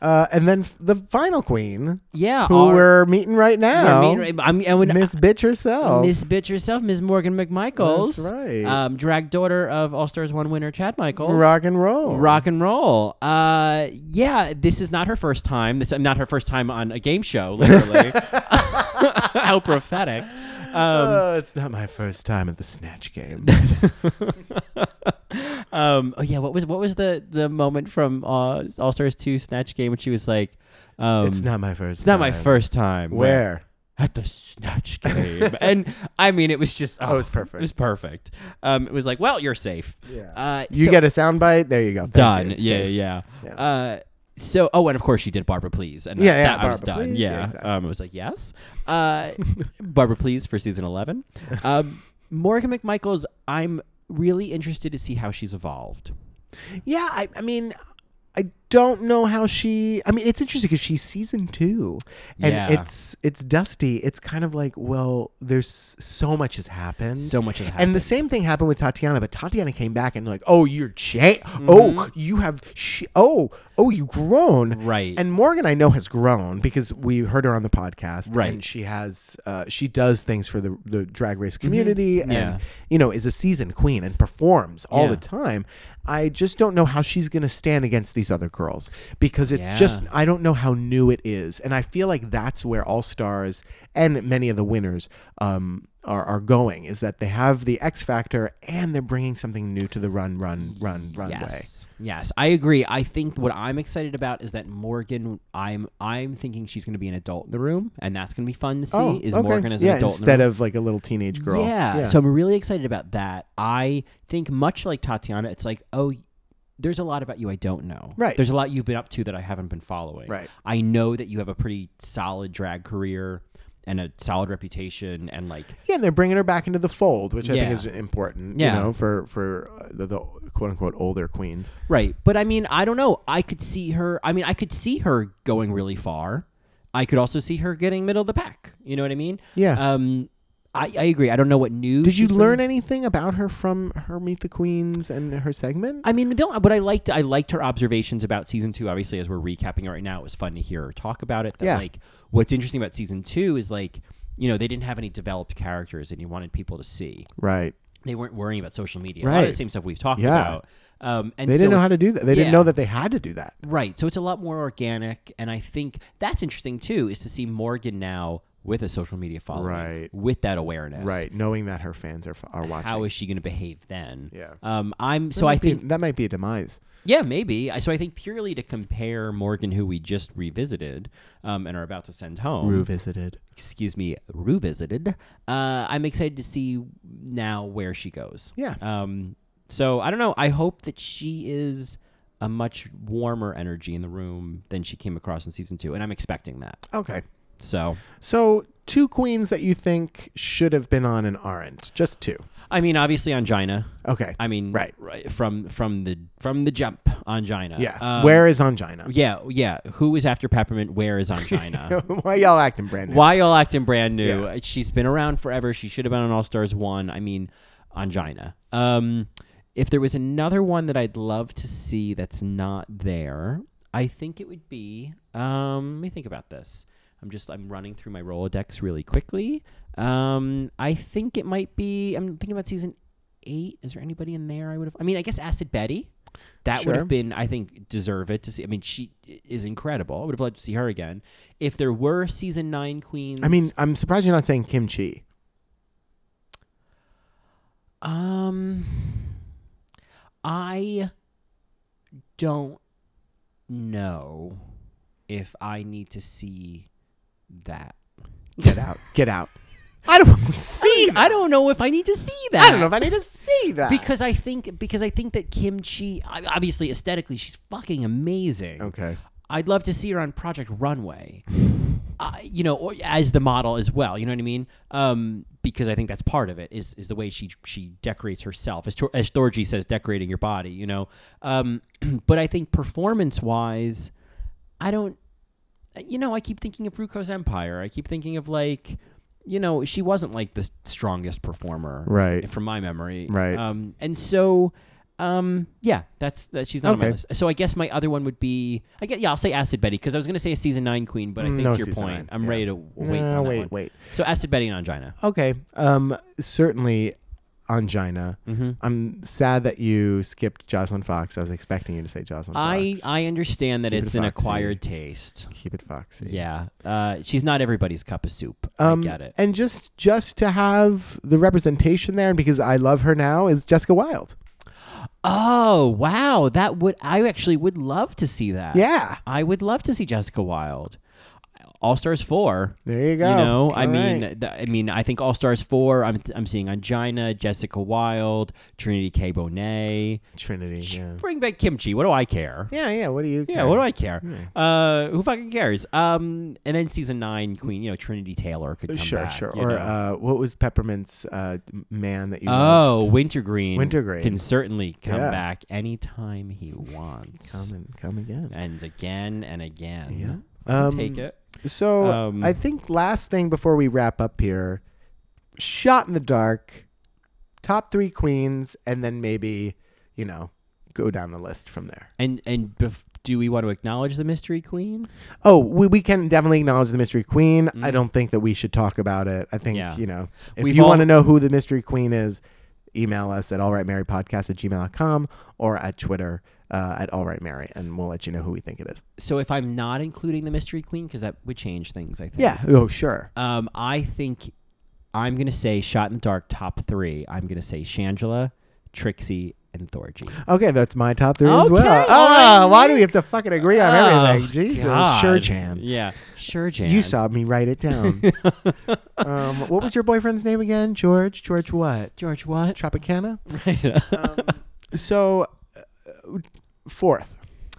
S2: Uh, and then f- the final queen,
S1: Yeah.
S2: who
S1: our-
S2: we're meeting right now.
S1: I mean, I'm, I would,
S2: Miss Bitch herself.
S1: Miss Bitch herself, Miss Morgan McMichaels.
S2: That's right.
S1: Um, drag daughter of All Stars One winner Chad Michaels.
S2: rock and roll.
S1: rock and roll. Uh, yeah, this is not her first time. This not her first time on a game show. Literally, how prophetic. Um,
S2: Oh, it's not my first time at the snatch game.
S1: um, oh yeah, what was what was the the moment from uh, All Stars Two Snatch Game when she was like, um,
S2: it's not my first.
S1: it's not my
S2: time.
S1: first time."
S2: Where?
S1: at the snatch game, and I mean, it was just oh,
S2: it was
S1: It was
S2: perfect.
S1: perfect. Um, it was like, well, you're safe.
S2: Yeah.
S1: Uh,
S2: You
S1: so-
S2: get a soundbite. There you go. Thank
S1: done.
S2: you.
S1: Yeah,
S2: Safe.
S1: yeah,
S2: Yeah.
S1: Uh, so, oh, and of course she did Barbara Please, and
S2: Yeah,
S1: that,
S2: yeah,
S1: that was
S2: Barbara
S1: done.
S2: Please,
S1: Yeah,
S2: yeah, exactly.
S1: um, I was like, yes, uh, Barbara Please for season eleven. Um, Morgan McMichaels, I'm really interested to see how she's evolved.
S2: Yeah. I, I mean, I don't know how she. I mean, it's interesting because she's season two, and
S1: Yeah.
S2: it's it's dusty. It's kind of like, well, there's so much has happened.
S1: So much has happened.
S2: And the same thing happened with Tatiana, but Tatiana came back and like, oh, you're cha- oh, you have sh- oh, oh, you grown,
S1: Right.
S2: And Morgan, I know, has grown because we heard her on the podcast,
S1: Right.
S2: And she has, uh, she does things for the the drag race community, and
S1: Mm-hmm. Yeah.
S2: you know, is a seasoned queen and performs all
S1: Yeah.
S2: the time. I just don't know how she's gonna stand against these other girls because it's
S1: Yeah.
S2: just I don't know how new it is, and I feel like that's where All Stars and many of the winners um, are are going is that they have the X factor and they're bringing something new to the run, run, run, runway.
S1: Yes. Yes, I agree. I think what I'm excited about is that Morgan. I'm I'm thinking she's going to be an adult in the room, and that's going to be fun to see. is
S2: Oh, okay.
S1: Morgan as
S2: yeah,
S1: an adult in the
S2: instead of like a little teenage girl?
S1: Yeah. So I'm really excited about that. I think much like Tatiana, it's like, oh, there's a lot about you I don't know.
S2: Right.
S1: There's a lot you've been up to that I haven't been following.
S2: Right.
S1: I know that you have a pretty solid drag career and a solid reputation and like
S2: Yeah, and they're bringing her back into the fold, which I think
S1: Yeah.
S2: is important.
S1: Yeah.
S2: You know, for for uh, the, the quote unquote older queens.
S1: Right. But I mean, I don't know. I could see her. I mean, I could see her going really far. I could also see her getting middle of the pack. You know what I mean?
S2: Yeah.
S1: Um, I, I agree. I don't know what news.
S2: Did you learn anything about her from her Meet the Queens and her segment?
S1: I mean, don't, but I liked I liked her observations about season two. Obviously, as we're recapping it right now, it was fun to hear her talk about it. That
S2: Yeah.
S1: like what's interesting about season two is like you know they didn't have any developed characters, and you wanted people to see.
S2: right.
S1: They weren't worrying about social media. A lot of the
S2: Right.
S1: same stuff we've talked
S2: Yeah.
S1: about. Um, and
S2: They
S1: so
S2: didn't know how to do that. They
S1: Yeah.
S2: didn't know that they had to do that.
S1: Right. So it's a lot more organic. And I think that's interesting too, is to see Morgan now with a social media following,
S2: Right.
S1: with that awareness.
S2: Right. Knowing that her fans are, are watching.
S1: How is she going to behave then?
S2: Yeah.
S1: Um, I'm
S2: That
S1: so I
S2: might be-
S1: think
S2: that might be a demise.
S1: yeah maybe I- so I think purely to compare Morgan who we just revisited um, and are about to send home
S2: Revisited.
S1: excuse me revisited uh, I'm excited to see now where she goes
S2: Yeah.
S1: um, so I don't know I hope that she is a much warmer energy in the room than she came across in season two and I'm expecting that
S2: Okay.
S1: So,
S2: So two queens that you think should have been on and aren't. Just two.
S1: I mean, obviously Angina.
S2: Okay.
S1: I mean,
S2: Right.
S1: from from the from the jump, Angina.
S2: yeah.
S1: Um,
S2: Where is Angina?
S1: Yeah, yeah. Who is after Peppermint? Where is Angina?
S2: Why y'all acting brand new?
S1: Why y'all acting brand new?
S2: Yeah.
S1: She's been around forever. She should have been on All Stars One. I mean, Angina. Um, if there was another one that I'd love to see that's not there, I think it would be. Um, let me think about this. I'm just I'm running through my Rolodex really quickly. Um, I think it might be. I'm thinking about season eight. Is there anybody in there I would have? I mean, I guess Acid Betty. That would
S2: Sure.
S1: have been, I think, deserve it to see. I mean, she is incredible. I would have loved to see her again. If there were season nine queens,
S2: I mean, I'm surprised you're not saying kimchi.
S1: um, I don't know if I need to see that.
S2: Get out. Get out. I don't want to see that.
S1: I don't know if I need to see that.
S2: I don't know if I need to see that.
S1: because I think because I think that Kimchi obviously aesthetically she's fucking amazing.
S2: okay.
S1: I'd love to see her on Project Runway, uh, you know, or as the model as well. You know what I mean? Um, because I think that's part of it is is the way she she decorates herself. As, Tor- as Dorji says, decorating your body. You know, um, but I think performance wise, I don't. You know, I keep thinking of Ruko's Empire. I keep thinking of like, you know, she wasn't like the strongest performer,
S2: Right.
S1: From my memory,
S2: Right.
S1: Um, and so, um, yeah, that's that. She's not on my
S2: Okay.
S1: list. So I guess my other one would be I guess yeah I'll say Acid Betty because I was gonna say a season nine queen, but I think
S2: No
S1: to your
S2: season
S1: point,
S2: nine,
S1: I'm
S2: yeah.
S1: ready to w- wait.
S2: No,
S1: on that
S2: wait,
S1: one.
S2: wait.
S1: So Acid Betty and Angina.
S2: Okay. Um, certainly angina.
S1: Mhm.
S2: I'm sad that you skipped Jocelyn Fox. I was expecting you to say Jocelyn
S1: I
S2: Fox.
S1: I understand that
S2: Keep it
S1: it's an
S2: foxy.
S1: acquired taste.
S2: keep it foxy.
S1: Yeah, uh, she's not everybody's cup of soup.
S2: Um,
S1: I get it.
S2: And just just to have the representation there, and because I love her now, is Jessica Wilde.
S1: Oh wow, that would I actually would love to see that.
S2: Yeah,
S1: I would love to see Jessica Wilde. All Stars Four.
S2: there you go.
S1: You know, I
S2: All
S1: mean,
S2: right.
S1: th- I mean, I think All Stars Four. I'm I'm seeing Angina, Jessica Wilde, Trinity K. Bonet.
S2: Trinity. Yeah,
S1: Bring back kimchi. What do I care?
S2: yeah, yeah. What do you?
S1: Yeah, what do I care? Uh, who fucking cares? Um, and then season nine, Queen, you know, Trinity Taylor could come
S2: Sure,
S1: back.
S2: sure.
S1: you
S2: Or
S1: know.
S2: uh, what was Peppermint's uh, man that you?
S1: oh, Wintergreen,
S2: Wintergreen.
S1: can certainly come
S2: Yeah.
S1: back anytime he wants,
S2: come and come again.
S1: and again and again.
S2: Yeah.
S1: I'll
S2: Um,
S1: take it.
S2: So
S1: Um,
S2: I think last thing before we wrap up here, shot in the dark, top three queens, and then maybe you know go down the list from there.
S1: And and bef- do we want to acknowledge the mystery queen?
S2: Oh, we, we can definitely acknowledge the mystery queen. I don't think that we should talk about it. I think
S1: Mm. Yeah.
S2: you know if
S1: We've
S2: you
S1: all-
S2: want to know who the mystery queen is, email us at allrightmarypodcast at gmail.com or at Twitter uh, at allrightmary, and we'll let you know who we think it is.
S1: So if I'm not including the mystery queen, because that would change things, I think.
S2: Yeah. Oh, sure.
S1: Um, I think I'm gonna say shot in the dark top three. I'm gonna say Shangela, Trixie, and Thorgy.
S2: Okay, that's my top three as
S1: Okay,
S2: well.
S1: all
S2: Ah,
S1: right.
S2: why do we have to fucking agree on
S1: Oh,
S2: everything? Jesus,
S1: God.
S2: sure, Jan.
S1: Yeah, sure, Jan.
S2: You saw me write it down. um, what was your boyfriend's name again? George. George what?
S1: George what?
S2: Tropicana.
S1: Right.
S2: So, uh, fourth.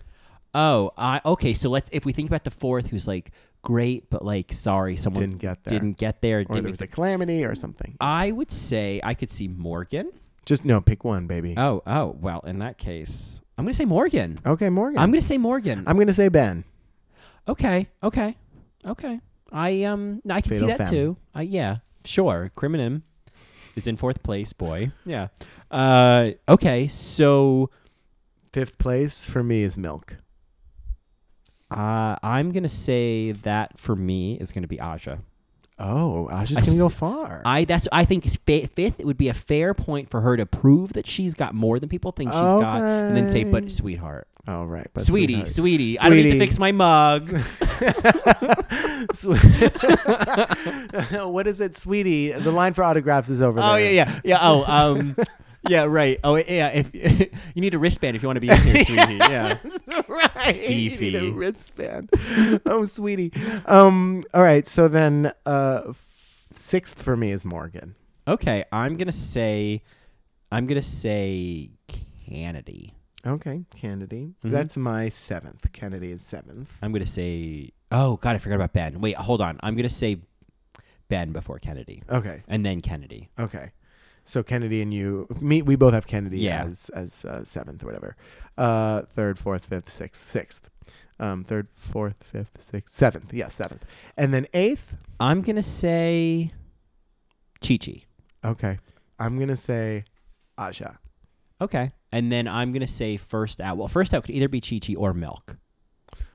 S1: Oh, I okay. So let's if we think about the fourth, who's like great, but like sorry, someone
S2: Didn't get there.
S1: Didn't get there.
S2: Or
S1: didn't
S2: there
S1: make
S2: was
S1: the-
S2: a calamity or something.
S1: I would say I could see Morgan.
S2: Just no, pick one, baby.
S1: Oh, oh, well, in that case, I'm gonna say Morgan.
S2: okay, Morgan.
S1: I'm gonna say Morgan.
S2: I'm gonna say Ben.
S1: okay, okay, okay. I um, I can see
S2: Fatal
S1: that
S2: femme.
S1: too. I yeah, sure. Criminum is in fourth place, boy. Yeah. Uh, okay, so
S2: Fifth place for me is Milk.
S1: uh, I'm gonna say that for me is gonna be Aja.
S2: Oh, I was
S1: I
S2: just gonna go
S1: s-
S2: far.
S1: I that's I think is fa- fifth. It would be a fair point for her to prove that she's got more than people think she's got, and then say, "But
S2: Okay.
S1: sweetheart,
S2: All right, but
S1: sweetie,
S2: sweetheart.
S1: sweetie, I don't need to
S2: Sweetie.
S1: fix my mug."
S2: Swe- what is it, sweetie? The line for autographs is over.
S1: oh yeah, yeah,
S2: there.
S1: yeah. Oh, um, yeah, right. Oh yeah, if you need a wristband if you want to be in here, sweetie. Yeah.
S2: right. You need a
S1: Fifi.
S2: wristband. oh, sweetie. Um. All right. So then, uh, f- sixth for me is Morgan.
S1: Okay, I'm gonna say, I'm gonna say Kennedy.
S2: Okay, Kennedy.
S1: Mhm.
S2: That's my seventh. Kennedy is seventh.
S1: I'm gonna say. Oh God, I forgot about Ben. Wait, hold on. I'm gonna say Ben before Kennedy,
S2: Okay.
S1: and then Kennedy.
S2: Okay. So Kennedy and you, me, we both have Kennedy
S1: Yeah.
S2: as as uh, seventh or whatever. Uh, third, fourth, fifth, sixth, sixth. Um, third, fourth, fifth, sixth, seventh. Yes, seventh. And then eighth.
S1: I'm gonna say Chi Chi.
S2: Okay. I'm gonna say Aja.
S1: Okay. And then I'm gonna say first out. Well, first out could either be Chi Chi or Milk.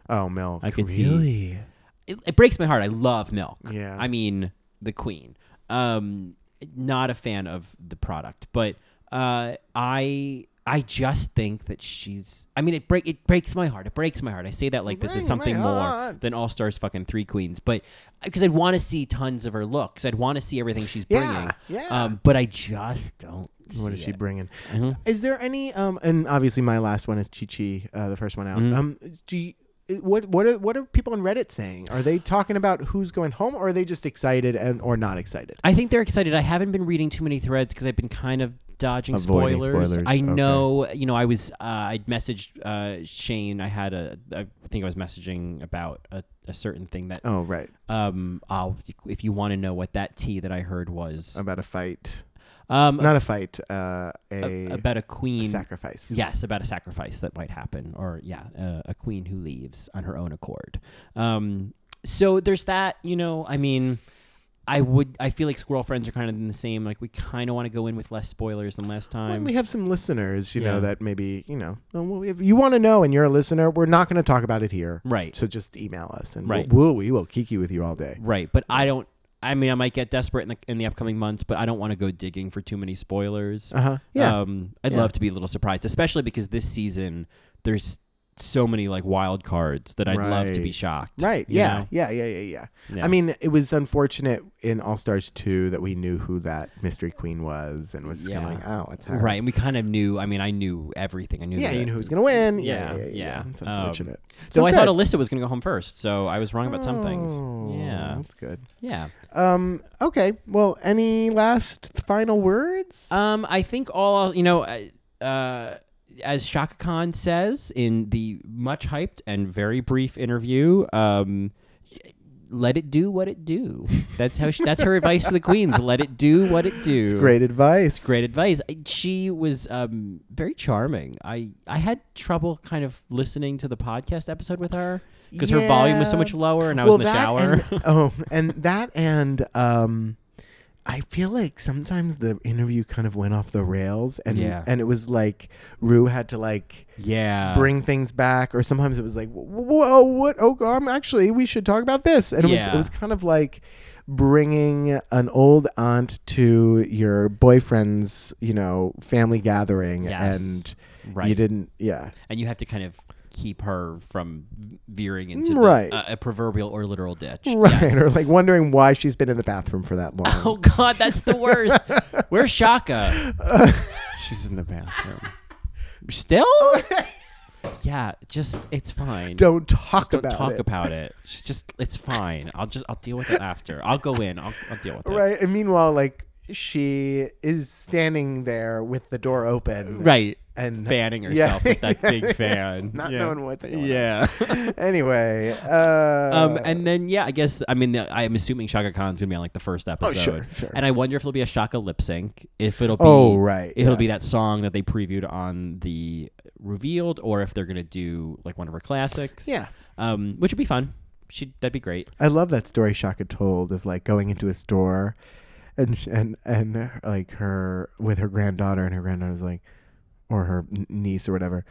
S2: Oh, Milk.
S1: I could see-
S2: really.
S1: It, it breaks my heart. I love Milk.
S2: Yeah.
S1: I mean the Queen. Um, not a fan of the product, but uh, I I just think that she's. I mean, it break it breaks my heart. It breaks my heart. I say that like this
S2: Break
S1: is something
S2: my
S1: more
S2: heart.
S1: than All Stars fucking three queens, but because I'd want to see tons of her looks. I'd want to see everything she's bringing.
S2: Yeah, yeah.
S1: Um, but I just don't.
S2: what
S1: see
S2: is she
S1: it.
S2: bringing?
S1: Mhm.
S2: Is there any um? And obviously, my last one is Chi Chi, uh, the first one out.
S1: Mm-hmm.
S2: Um, do you, what what are what are people on Reddit saying? Are they talking about who's going home, or are they just excited and or not excited?
S1: I think they're excited. I haven't been reading too many threads because I've been kind of dodging
S2: Avoiding
S1: spoilers.
S2: spoilers,
S1: I
S2: okay.
S1: know, you know, I was, uh, I messaged uh, Shane. I had a, I think I was messaging about a, a certain thing that,
S2: Oh, right,
S1: um, I'll, if you want to know what that tea that I heard was,
S2: about a fight,
S1: um,
S2: not a fight, uh, a,
S1: a- about a queen.
S2: sacrifice.
S1: Yes, about a sacrifice that might happen, or yeah, uh, a queen who leaves on her own accord. Um, so there's that. You know, I mean, I would. I feel like squirrel friends are kind of in the same. Like we kind of want to go in with less spoilers than last
S2: Well,
S1: time.
S2: we have some listeners, you
S1: Yeah.
S2: know, that maybe you know. oh, well, If you want to know, and you're a listener, we're not going to talk about it here.
S1: right,
S2: So just email us, and
S1: Right.
S2: we'll, we'll we will kiki with you all day.
S1: right. But I don't. I mean, I might get desperate in the in the upcoming months, but I don't want to go digging for too many spoilers.
S2: Uh huh. Yeah.
S1: Um, I'd
S2: Yeah.
S1: love to be a little surprised, especially because this season there's so many like wild cards that I'd love to be
S2: Right.
S1: shocked.
S2: Right.
S1: you
S2: Yeah.
S1: know?
S2: Yeah. Yeah. Yeah. Yeah.
S1: Yeah.
S2: I mean, it was unfortunate in All Stars 2 that we knew who that mystery queen was and was
S1: Yeah.
S2: kind of like, oh, it's her.
S1: Right, and we kind of knew. I mean, I knew everything. I knew.
S2: Yeah,
S1: that-
S2: you knew who was going to win.
S1: Yeah,
S2: Yeah. Yeah. yeah,
S1: yeah.
S2: It's
S1: Um,
S2: unfortunate.
S1: So
S2: But
S1: I thought
S2: good.
S1: Alyssa was going to go home first. So I was wrong about some things.
S2: Oh,
S1: Yeah,
S2: That's good.
S1: yeah.
S2: Um, okay. Well, any last final words?
S1: Um, I think all you know, uh, uh, as Shaka Khan says in the much hyped and very brief interview, um, let it do what it do. That's how. She, that's her advice to the queens. Let it do what it do.
S2: it's great advice.
S1: great advice. I- She was um, very charming. I I had trouble kind of listening to the podcast episode with her because her volume was so
S2: Yeah.
S1: much lower, and I was in the
S2: that
S1: shower.
S2: And, oh, and that and um, I feel like sometimes the interview kind of went off the rails, and
S1: Yeah.
S2: and it was like Rue had to like
S1: yeah,
S2: bring things back, or sometimes it was like, whoa, what? Oh, um, actually, we should talk about this, and it was
S1: Yeah.
S2: it was kind of like bringing an old aunt to your boyfriend's you know family gathering
S1: Yes.
S2: and
S1: right.
S2: you didn't yeah
S1: and you have to kind of keep her from veering into
S2: Mm, Right.
S1: the, uh, a proverbial or literal ditch.
S2: right
S1: Yes.
S2: or like wondering why she's been in the bathroom for that long
S1: Oh God, that's the worst. Where's Shaka? She's in the bathroom. Still? Yeah, just it's fine.
S2: don't talk
S1: Just don't
S2: about
S1: talk
S2: it.
S1: about it. She's just it's fine. I'll just I'll deal with it after. I'll go in. I'll, I'll deal with it.
S2: Right. And meanwhile, like she is standing there with the door open.
S1: Right.
S2: and
S1: fanning
S2: Yeah.
S1: herself with that big fan.
S2: Not
S1: yeah.
S2: knowing what's going on.
S1: Yeah.
S2: anyway, uh,
S1: um, and then yeah, I guess I mean the- I'm assuming Shaka Khan's gonna be on like the first episode.
S2: Oh, sure, sure.
S1: And I wonder if it'll be a Shaka lip sync. If it'll be
S2: Oh, right,
S1: It'll
S2: yeah.
S1: be that song that they previewed on the revealed, or if they're gonna do like one of her classics.
S2: Yeah.
S1: Um, which would be fun. She that'd be great.
S2: I love that story Shaka told of like going into a store, and sh- and and like her with her granddaughter, and her granddaughter was like, or her n- niece or whatever.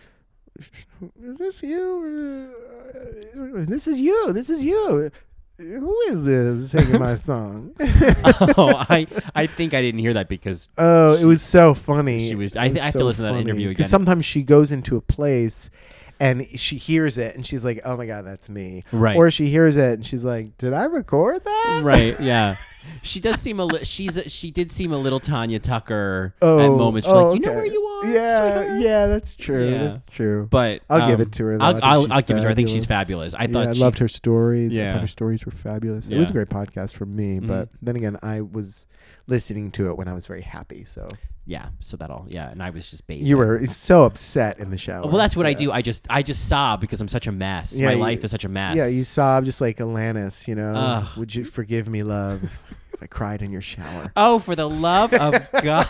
S2: Is this you? Uh, This is you. This is you. Who is this singing my song?
S1: oh, I I think I didn't hear that because
S2: Oh, it was so funny.
S1: she was-
S2: It
S1: I th- I have to listen to that interview
S2: 'Cause
S1: again.
S2: Sometimes she goes into a place and she hears it and she's like, "Oh my god, that's me."
S1: Right.
S2: Or she hears it and she's like, "Did I record that?"
S1: right, yeah. She does seem a little. She's a, she did seem a little Tanya Tucker at
S2: Oh,
S1: moments. She's
S2: oh,
S1: like, you know
S2: okay.
S1: where you are.
S2: Yeah,
S1: sweetheart?"
S2: yeah, that's true.
S1: Yeah.
S2: That's true.
S1: But
S2: I'll give
S1: um,
S2: it to her. Though.
S1: I'll,
S2: think
S1: I'll,
S2: she's
S1: I'll give it to her. I think she's fabulous. I thought
S2: yeah, I
S1: she,
S2: loved her stories. I
S1: Yeah.
S2: thought her stories were fabulous. It was a
S1: Yeah. Mm-hmm.
S2: great podcast for me, but then again, I was listening to it when I was very happy. So
S1: Yeah, so that all. Yeah, and I was just bathing.
S2: you were it's so upset in the shower.
S1: Well, that's what I
S2: Yeah.
S1: do. I just I just sob because I'm such a mess.
S2: Yeah,
S1: My
S2: you-
S1: life is such a mess.
S2: Yeah, you sob just like Alanis, you know.
S1: Ugh.
S2: Would you forgive me, love, if I cried in your shower?
S1: Oh, for the love of God!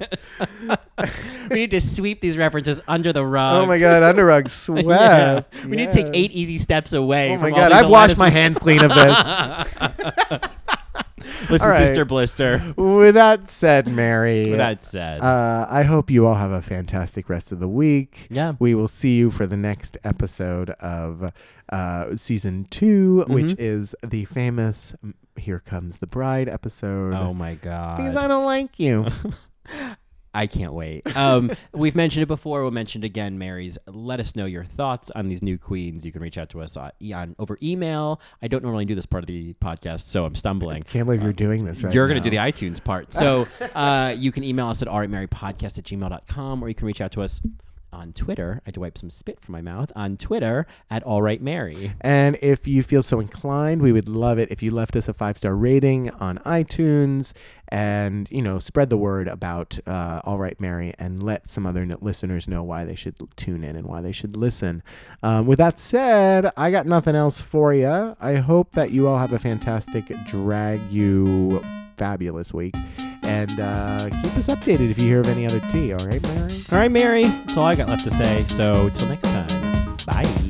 S1: we need to sweep these references under the rug.
S2: oh my God, Underrug sweat.
S1: Yeah. We need to take
S2: Yes.
S1: eight easy steps away.
S2: Oh my
S1: from all
S2: God,
S1: these
S2: I've washed
S1: Alanis-
S2: my hands clean of this.
S1: Listen,
S2: All right.
S1: sister blister.
S2: With that said, Mary.
S1: With that said,
S2: uh, I hope you all have a fantastic rest of the week.
S1: Yeah.
S2: We will see you for the next episode of uh, season 2
S1: Mm-hmm.
S2: which is the famous mm, Here Comes the Bride episode.
S1: oh my
S2: because
S1: God.
S2: I don't like you.
S1: I can't wait. Um, we've mentioned it before. We'll mention it again, Marys. Let us know your thoughts on these new queens. You can reach out to us on, on over email. I don't normally do this part of the podcast, so I'm stumbling.
S2: Can't believe you're doing this right
S1: You're going to
S2: now.
S1: do the iTunes part. So uh, you can email us at alrightmarypodcast at gmail.com or you can reach out to us on Twitter. I had to wipe some spit from my mouth. On Twitter at alrightmary.
S2: And if you feel so inclined, we would love it if you left us a five star rating on iTunes and, you know, spread the word about uh, All Right Mary and let some other n- listeners know why they should tune in and why they should listen. Um, with that said, I got nothing else for you. I hope that you all have a fantastic drag you fabulous week. And uh, keep us updated if you hear of any other tea. All right, Mary?
S1: All right, Mary. That's all I got left to say. So till next time, bye.